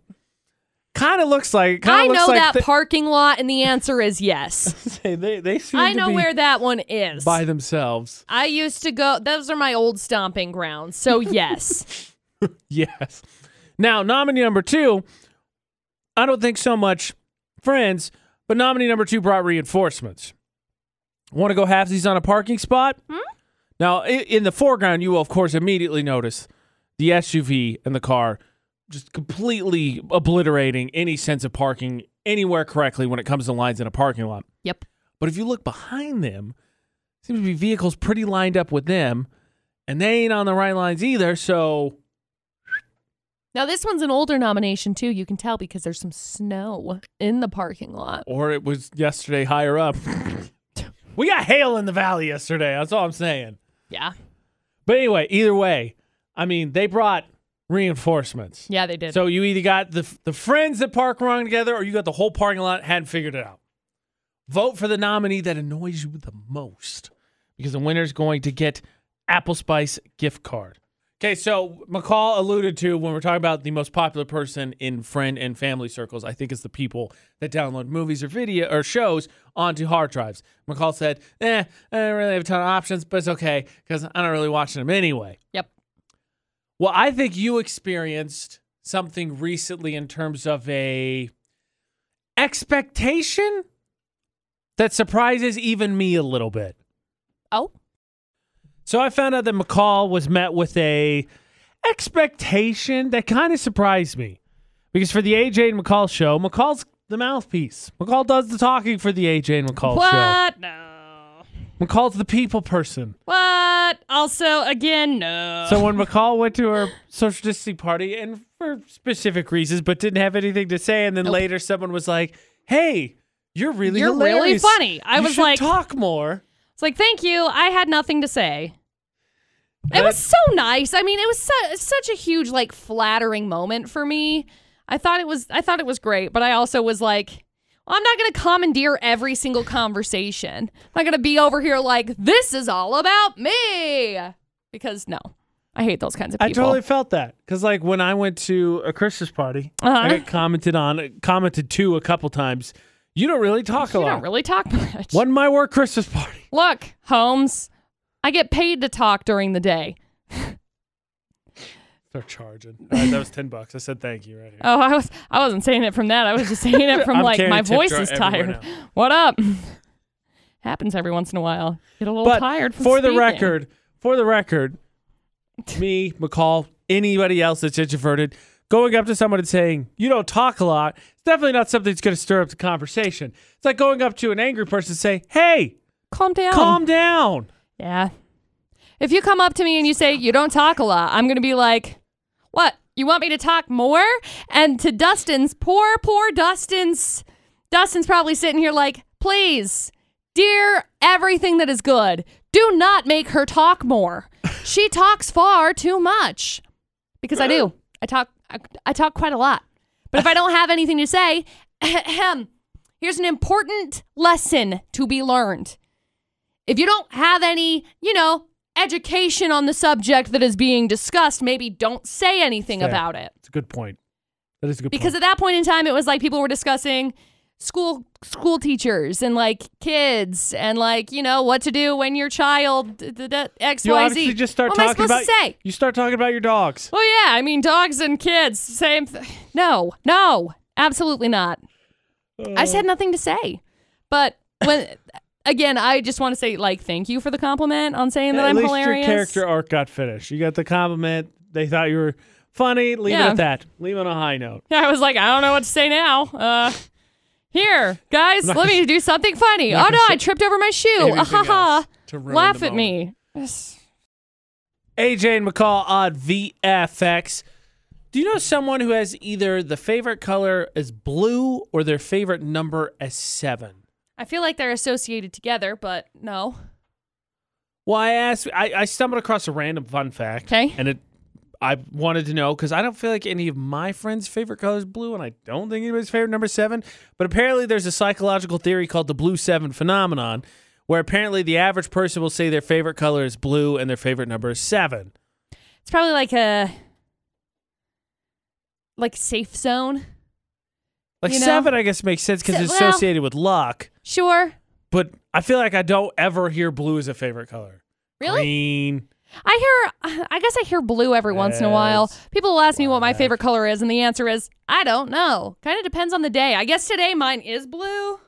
Speaker 1: Kind of looks like. Kind
Speaker 2: I
Speaker 1: of looks
Speaker 2: know
Speaker 1: like
Speaker 2: that
Speaker 1: thi-
Speaker 2: parking lot, and the answer is yes.
Speaker 1: (laughs) they they seem
Speaker 2: I
Speaker 1: to
Speaker 2: know
Speaker 1: be
Speaker 2: where that one is.
Speaker 1: by themselves.
Speaker 2: I used to go. Those are my old stomping
Speaker 1: (laughs)
Speaker 2: grounds. So yes,
Speaker 1: Yes. Now, nominee number two, I don't think so much friends, but nominee number two brought reinforcements. Want to go halfsies on a parking spot? Now, i- in the foreground, you will, of course, immediately notice the SUV and the car just completely obliterating any sense of parking anywhere correctly when it comes to lines in a parking lot.
Speaker 2: Yep.
Speaker 1: But if you look behind them, seems to be vehicles pretty lined up with them, and they ain't on the right lines either. So
Speaker 2: now this one's an older nomination too. You can tell because there's some snow in the parking lot.
Speaker 1: or it was yesterday higher up. (laughs) we got hail in the valley yesterday. That's all I'm saying.
Speaker 2: Yeah,
Speaker 1: But anyway, either way, I mean, they brought reinforcements.
Speaker 2: yeah, they did.
Speaker 1: So you either got the the friends that park wrong together, or you got the whole parking lot hadn't figured it out. Vote for the nominee that annoys you the most, because the winner's going to get Apple Spice gift card. Okay, so McCall alluded to when we're talking about the most popular person in friend and family circles. I think it's the people that download movies or video or shows onto hard drives. McCall said, "Eh, I don't really have a ton of options, but it's okay because I don't really watch them anyway."
Speaker 2: yep.
Speaker 1: Well, I think you experienced something recently in terms of a expectation that surprises even me a little bit.
Speaker 2: Oh,
Speaker 1: So I found out that McCall was met with a expectation that kind of surprised me. Because for the AJ and McCall show, McCall's the mouthpiece. McCall does the talking for the AJ and McCall
Speaker 2: what? No.
Speaker 1: show. McCall's the people person.
Speaker 2: What? Also, again, no.
Speaker 1: So when McCall went to her social distancing party, and for specific reasons, but didn't have anything to say, and then
Speaker 2: Nope.
Speaker 1: later someone was like, "Hey, you're really
Speaker 2: You're really
Speaker 1: hilarious.
Speaker 2: funny." I
Speaker 1: You
Speaker 2: was
Speaker 1: should
Speaker 2: like-
Speaker 1: talk more."
Speaker 2: it's like, thank you. I had nothing to say. It
Speaker 1: That-
Speaker 2: was so nice. I mean, it was su- such a huge, like, flattering moment for me. I thought it was, I thought it was great, but I also was like, well, I'm not gonna commandeer every single conversation. I'm not gonna be over here like this is all about me because no, I hate those kinds of people.
Speaker 1: I totally felt that because, like, when I went to a Christmas party,
Speaker 2: Uh-huh.
Speaker 1: I got commented on, commented to a couple times. You don't really talk a
Speaker 2: you
Speaker 1: lot.
Speaker 2: don't really talk (laughs) much.
Speaker 1: Wasn't my work Christmas party?
Speaker 2: Look, Holmes, I get paid to talk during the day.
Speaker 1: (laughs) They're charging. All right, that was ten bucks. I said thank you right here.
Speaker 2: Oh, I was I wasn't saying it from that. I was just
Speaker 1: (laughs)
Speaker 2: saying it from
Speaker 1: I'm
Speaker 2: like
Speaker 1: carrying
Speaker 2: my
Speaker 1: tip
Speaker 2: voice
Speaker 1: jar
Speaker 2: is
Speaker 1: everywhere
Speaker 2: tired. (laughs) What up? Happens every once in a while. Get a little
Speaker 1: but
Speaker 2: tired. From
Speaker 1: for the
Speaker 2: speaking.
Speaker 1: record, for the
Speaker 2: (laughs)
Speaker 1: record, me, McCall, anybody else that's introverted, going up to someone and saying you don't talk a lot, it's definitely not something that's going to stir up the conversation. It's like going up to an angry person and saying, "Hey,
Speaker 2: calm down.
Speaker 1: calm down."
Speaker 2: Yeah. If you come up to me and you say you don't talk a lot, I'm gonna be like, "What? You want me to talk more?" And to Dustin's poor, poor Dustin's, Dustin's probably sitting here like, "Please, dear, everything that is good, do not make her talk more. She talks far too much." Because I do. I talk. I, I talk quite a lot. But if I don't have anything to say, (clears throat) here's an important lesson to be learned if you don't have any, you know, education on the subject that is being discussed, maybe don't say anything
Speaker 1: Fair.
Speaker 2: about it.
Speaker 1: It's a good point. That is a good
Speaker 2: Because
Speaker 1: point.
Speaker 2: at that point in time, it was like people were discussing school school teachers and like kids and like you know what to do when your child d- d- d- X
Speaker 1: you
Speaker 2: Y
Speaker 1: obviously
Speaker 2: Z.
Speaker 1: just start
Speaker 2: what
Speaker 1: talking
Speaker 2: am I
Speaker 1: about
Speaker 2: supposed to say?
Speaker 1: you start talking about your dogs.
Speaker 2: Well, yeah, I mean dogs and kids, same. Th- (sighs) no, no, absolutely not. I just had
Speaker 1: Uh.
Speaker 2: nothing to say. But when (laughs) again, I just want to say like thank you for the compliment on saying that
Speaker 1: at
Speaker 2: I'm
Speaker 1: least
Speaker 2: hilarious.
Speaker 1: your character arc got finished. You got the compliment. They thought you were funny. Leave it
Speaker 2: Yeah.
Speaker 1: at that. Leave it on a high note.
Speaker 2: Yeah, (laughs) I was like, I don't know what to say now. Uh, here, guys,
Speaker 1: Not
Speaker 2: let
Speaker 1: gonna-
Speaker 2: me do something funny. Oh
Speaker 1: not
Speaker 2: no,
Speaker 1: gonna
Speaker 2: I tripped over my shoe. Ah, ha
Speaker 1: Anything
Speaker 2: ha.
Speaker 1: else to ruin
Speaker 2: Laugh
Speaker 1: the
Speaker 2: at
Speaker 1: moment.
Speaker 2: me. Yes.
Speaker 1: AJ and McCall on VFX. Do you know someone who has either the favorite color as blue or their favorite number as seven?
Speaker 2: I feel like they're associated together, but no.
Speaker 1: Well, I asked. I, I stumbled across a random fun fact.
Speaker 2: 'Kay.
Speaker 1: And it, I wanted to know because I don't feel like any of my friends' favorite color is blue, and I don't think anybody's favorite number is seven. But apparently, there's a psychological theory called the blue seven phenomenon, where apparently the average person will say their favorite color is blue and their favorite number is seven.
Speaker 2: It's probably like a like safe zone.
Speaker 1: Like
Speaker 2: You know?
Speaker 1: seven, I guess makes sense because
Speaker 2: Se-
Speaker 1: it's
Speaker 2: well-
Speaker 1: associated with luck.
Speaker 2: Sure.
Speaker 1: But I feel like I don't ever hear blue as a favorite color.
Speaker 2: Really?
Speaker 1: Green.
Speaker 2: I hear I guess I hear blue every once in a while.
Speaker 1: Yes.
Speaker 2: People will ask me what my
Speaker 1: Black.
Speaker 2: favorite color is and the answer is I don't know. Kind of depends on the day. I guess today mine is blue.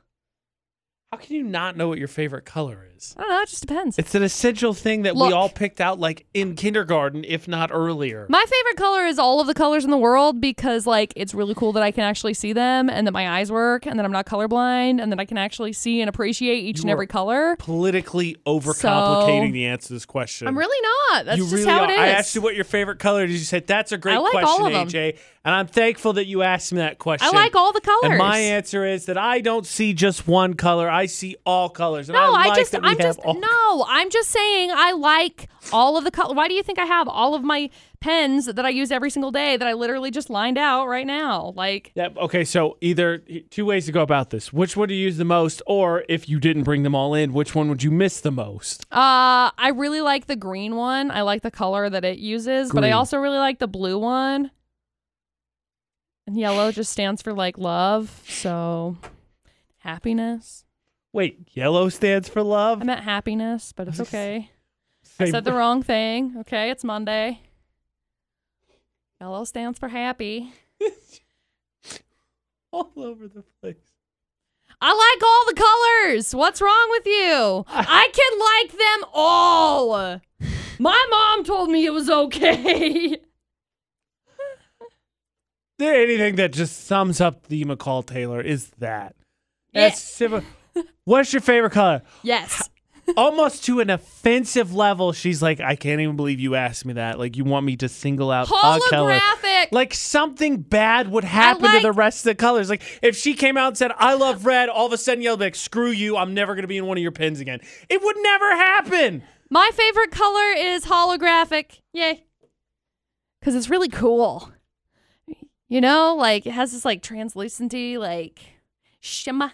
Speaker 1: How can you not know what your favorite color is?
Speaker 2: I don't know, it just depends.
Speaker 1: It's an essential thing that we
Speaker 2: Look.
Speaker 1: all picked out like in kindergarten, if not earlier.
Speaker 2: My favorite color is all of the colors in the world because like it's really cool that I can actually see them and that my eyes work and that I'm not colorblind and that I can actually see and appreciate each
Speaker 1: You
Speaker 2: and every
Speaker 1: are
Speaker 2: color.
Speaker 1: Politically overcomplicating
Speaker 2: So-
Speaker 1: the answer to this question.
Speaker 2: I'm really not. That's
Speaker 1: you
Speaker 2: just
Speaker 1: really
Speaker 2: how
Speaker 1: are.
Speaker 2: it is.
Speaker 1: I asked you what your favorite color is. You said that's a great
Speaker 2: like
Speaker 1: question,
Speaker 2: all of 'em.
Speaker 1: AJ, and I'm thankful that you asked me that question.
Speaker 2: I like all the colors.
Speaker 1: And my answer is that I don't see just one color. I see all colors. And
Speaker 2: no,
Speaker 1: I, like
Speaker 2: just
Speaker 1: that we
Speaker 2: I'm
Speaker 1: have
Speaker 2: just
Speaker 1: all
Speaker 2: no, I'm just saying I like all of the color. Why do you think I have all of my pens that I use every single day that I literally just lined out right now? Like
Speaker 1: Yeah, okay, so either two ways to go about this. Which one do you use the most, or if you didn't bring them all in, which one would you miss the most?
Speaker 2: Uh, I really like the green one. I like the color that it uses, but I
Speaker 1: Green.
Speaker 2: also really like the blue one. And yellow just stands for like love, so happiness.
Speaker 1: Wait, yellow stands for love?
Speaker 2: I meant happiness, but it's okay. I
Speaker 1: Same-
Speaker 2: said the wrong thing. Okay, it's Monday. Hello stands for happy.
Speaker 1: (laughs) all over the place.
Speaker 2: I like all the colors. What's wrong with you? I can like them all. My mom told me it was okay. (laughs)
Speaker 1: There anything that just sums up the McCall Taylor is that.
Speaker 2: Yeah.
Speaker 1: That's
Speaker 2: (laughs)
Speaker 1: civil. What's your favorite color?
Speaker 2: yes.
Speaker 1: Almost to an offensive level, she's like, I can't even believe you asked me that. Like, you want me to single out a color.
Speaker 2: Holographic.
Speaker 1: Like, something bad would happen
Speaker 2: like-
Speaker 1: to the rest of the colors. Like, if she came out and said, I love red, all of a sudden you'll be like, screw you, I'm never going to be in one of your pins again. It would never happen.
Speaker 2: My favorite color is holographic. Yay. Cuz it's really cool. You know, like it has this like translucency like shimmer.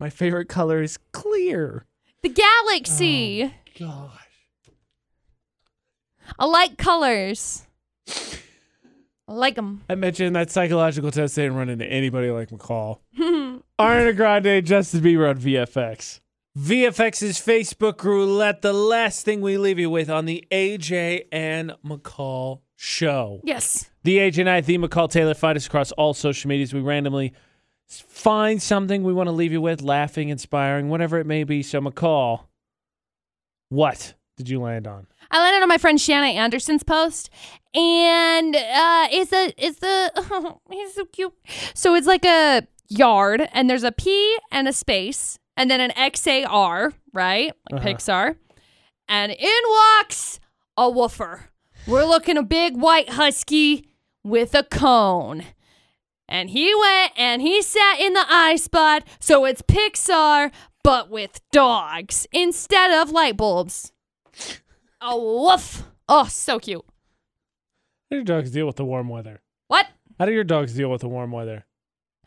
Speaker 1: My favorite color is clear.
Speaker 2: The galaxy.
Speaker 1: Oh. Gosh.
Speaker 2: I like colors. I like them.
Speaker 1: I mentioned that psychological test didn't run into anybody like McCall. Ariana Grande, Justin Bieber on VFX. VFX's Facebook roulette, the last thing we leave you with on the AJ and McCall show.
Speaker 2: yes.
Speaker 1: The AJ and I, the McCall Taylor, find us across all social medias. We randomly s- find something we want to leave you with, laughing, inspiring, whatever it may be. So, McCall, what did you land on?
Speaker 2: I landed on my friend Shanna Anderson's post, and uh, it's a (laughs) it's the he's so cute. So it's like a yard, and there's a P and a space, and then an X A R, right? Like
Speaker 1: Uh-huh.
Speaker 2: Pixar, and in walks a woofer. We're looking a big white husky with a cone. And he went and he sat in the eye spot, so it's Pixar, but with dogs instead of light bulbs. Oh, woof. Oh, so cute.
Speaker 1: How do your dogs deal with the warm weather?
Speaker 2: What?
Speaker 1: How do your dogs deal with the warm weather?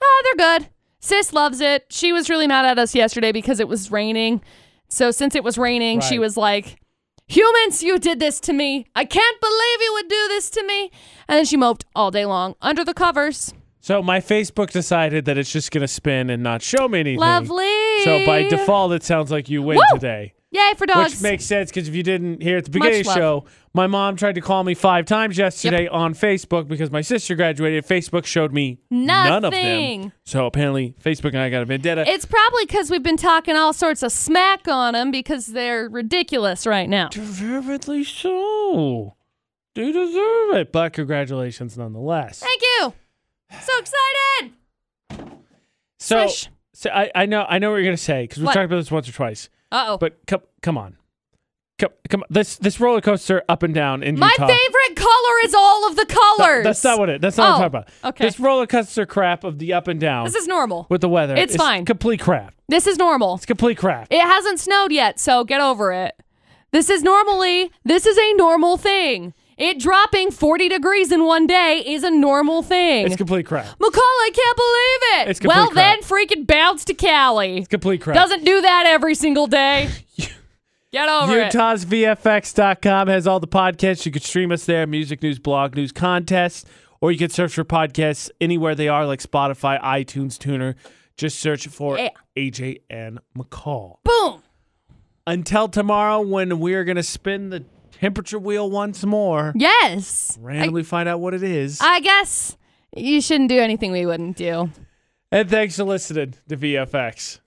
Speaker 2: Oh, they're good. Sis loves it. She was really mad at us yesterday because it was raining. So, since it was raining, she
Speaker 1: Right.
Speaker 2: was like, Humans, you did this to me. I can't believe you would do this to me. And then she moped all day long under the covers.
Speaker 1: So my Facebook decided that it's just gonna spin and not show me anything.
Speaker 2: Lovely.
Speaker 1: So by default, it sounds like you win
Speaker 2: Woo!
Speaker 1: today,
Speaker 2: Yay for dogs.
Speaker 1: which makes sense because if you didn't hear at the
Speaker 2: Much
Speaker 1: beginning of the show,
Speaker 2: love.
Speaker 1: my mom tried to call me five times yesterday on Facebook because my sister graduated. Facebook showed me none of them.
Speaker 2: Nothing.
Speaker 1: So apparently, Facebook and I got a vendetta.
Speaker 2: It's probably because we've been talking all sorts of smack on them because they're ridiculous right now.
Speaker 1: Deservedly so. Do deserve it, but congratulations nonetheless.
Speaker 2: Thank you. So excited.
Speaker 1: so,
Speaker 2: Fresh.
Speaker 1: so I, I know I know what you're gonna say because we
Speaker 2: What?
Speaker 1: talked about this once or twice.
Speaker 2: Uh oh.
Speaker 1: But come, come on, come, come on. This this roller coaster up and down in
Speaker 2: My
Speaker 1: Utah.
Speaker 2: favorite color is all of the colors.
Speaker 1: That's not what it. That's not what I'm
Speaker 2: Oh,
Speaker 1: talking about.
Speaker 2: okay.
Speaker 1: This roller coaster crap of the up and down
Speaker 2: This is normal.
Speaker 1: with the weather.
Speaker 2: It's fine.
Speaker 1: Complete crap.
Speaker 2: This is normal.
Speaker 1: It's complete crap.
Speaker 2: It hasn't snowed yet, so get over it. This is normally, this is a normal thing. It dropping 40 degrees in one day is a normal thing.
Speaker 1: it's complete crap.
Speaker 2: McCall, I can't believe it.
Speaker 1: It's complete
Speaker 2: well,
Speaker 1: crap.
Speaker 2: then freaking bounce to Cali.
Speaker 1: It's complete crap.
Speaker 2: Doesn't do that every
Speaker 1: (laughs)
Speaker 2: single day. Get over it.
Speaker 1: UtahsVFX.com has all the podcasts. You can stream us there, music news, blog news, contests, or you can search for podcasts anywhere they are, like Spotify, iTunes, Tuner. Just search for
Speaker 2: Yeah.
Speaker 1: AJ and McCall.
Speaker 2: Boom.
Speaker 1: until tomorrow when we're going to spin the temperature wheel once more,
Speaker 2: Yes.
Speaker 1: randomly find out what it is.
Speaker 2: I guess you shouldn't do anything we wouldn't do.
Speaker 1: and thanks for listening to VFX.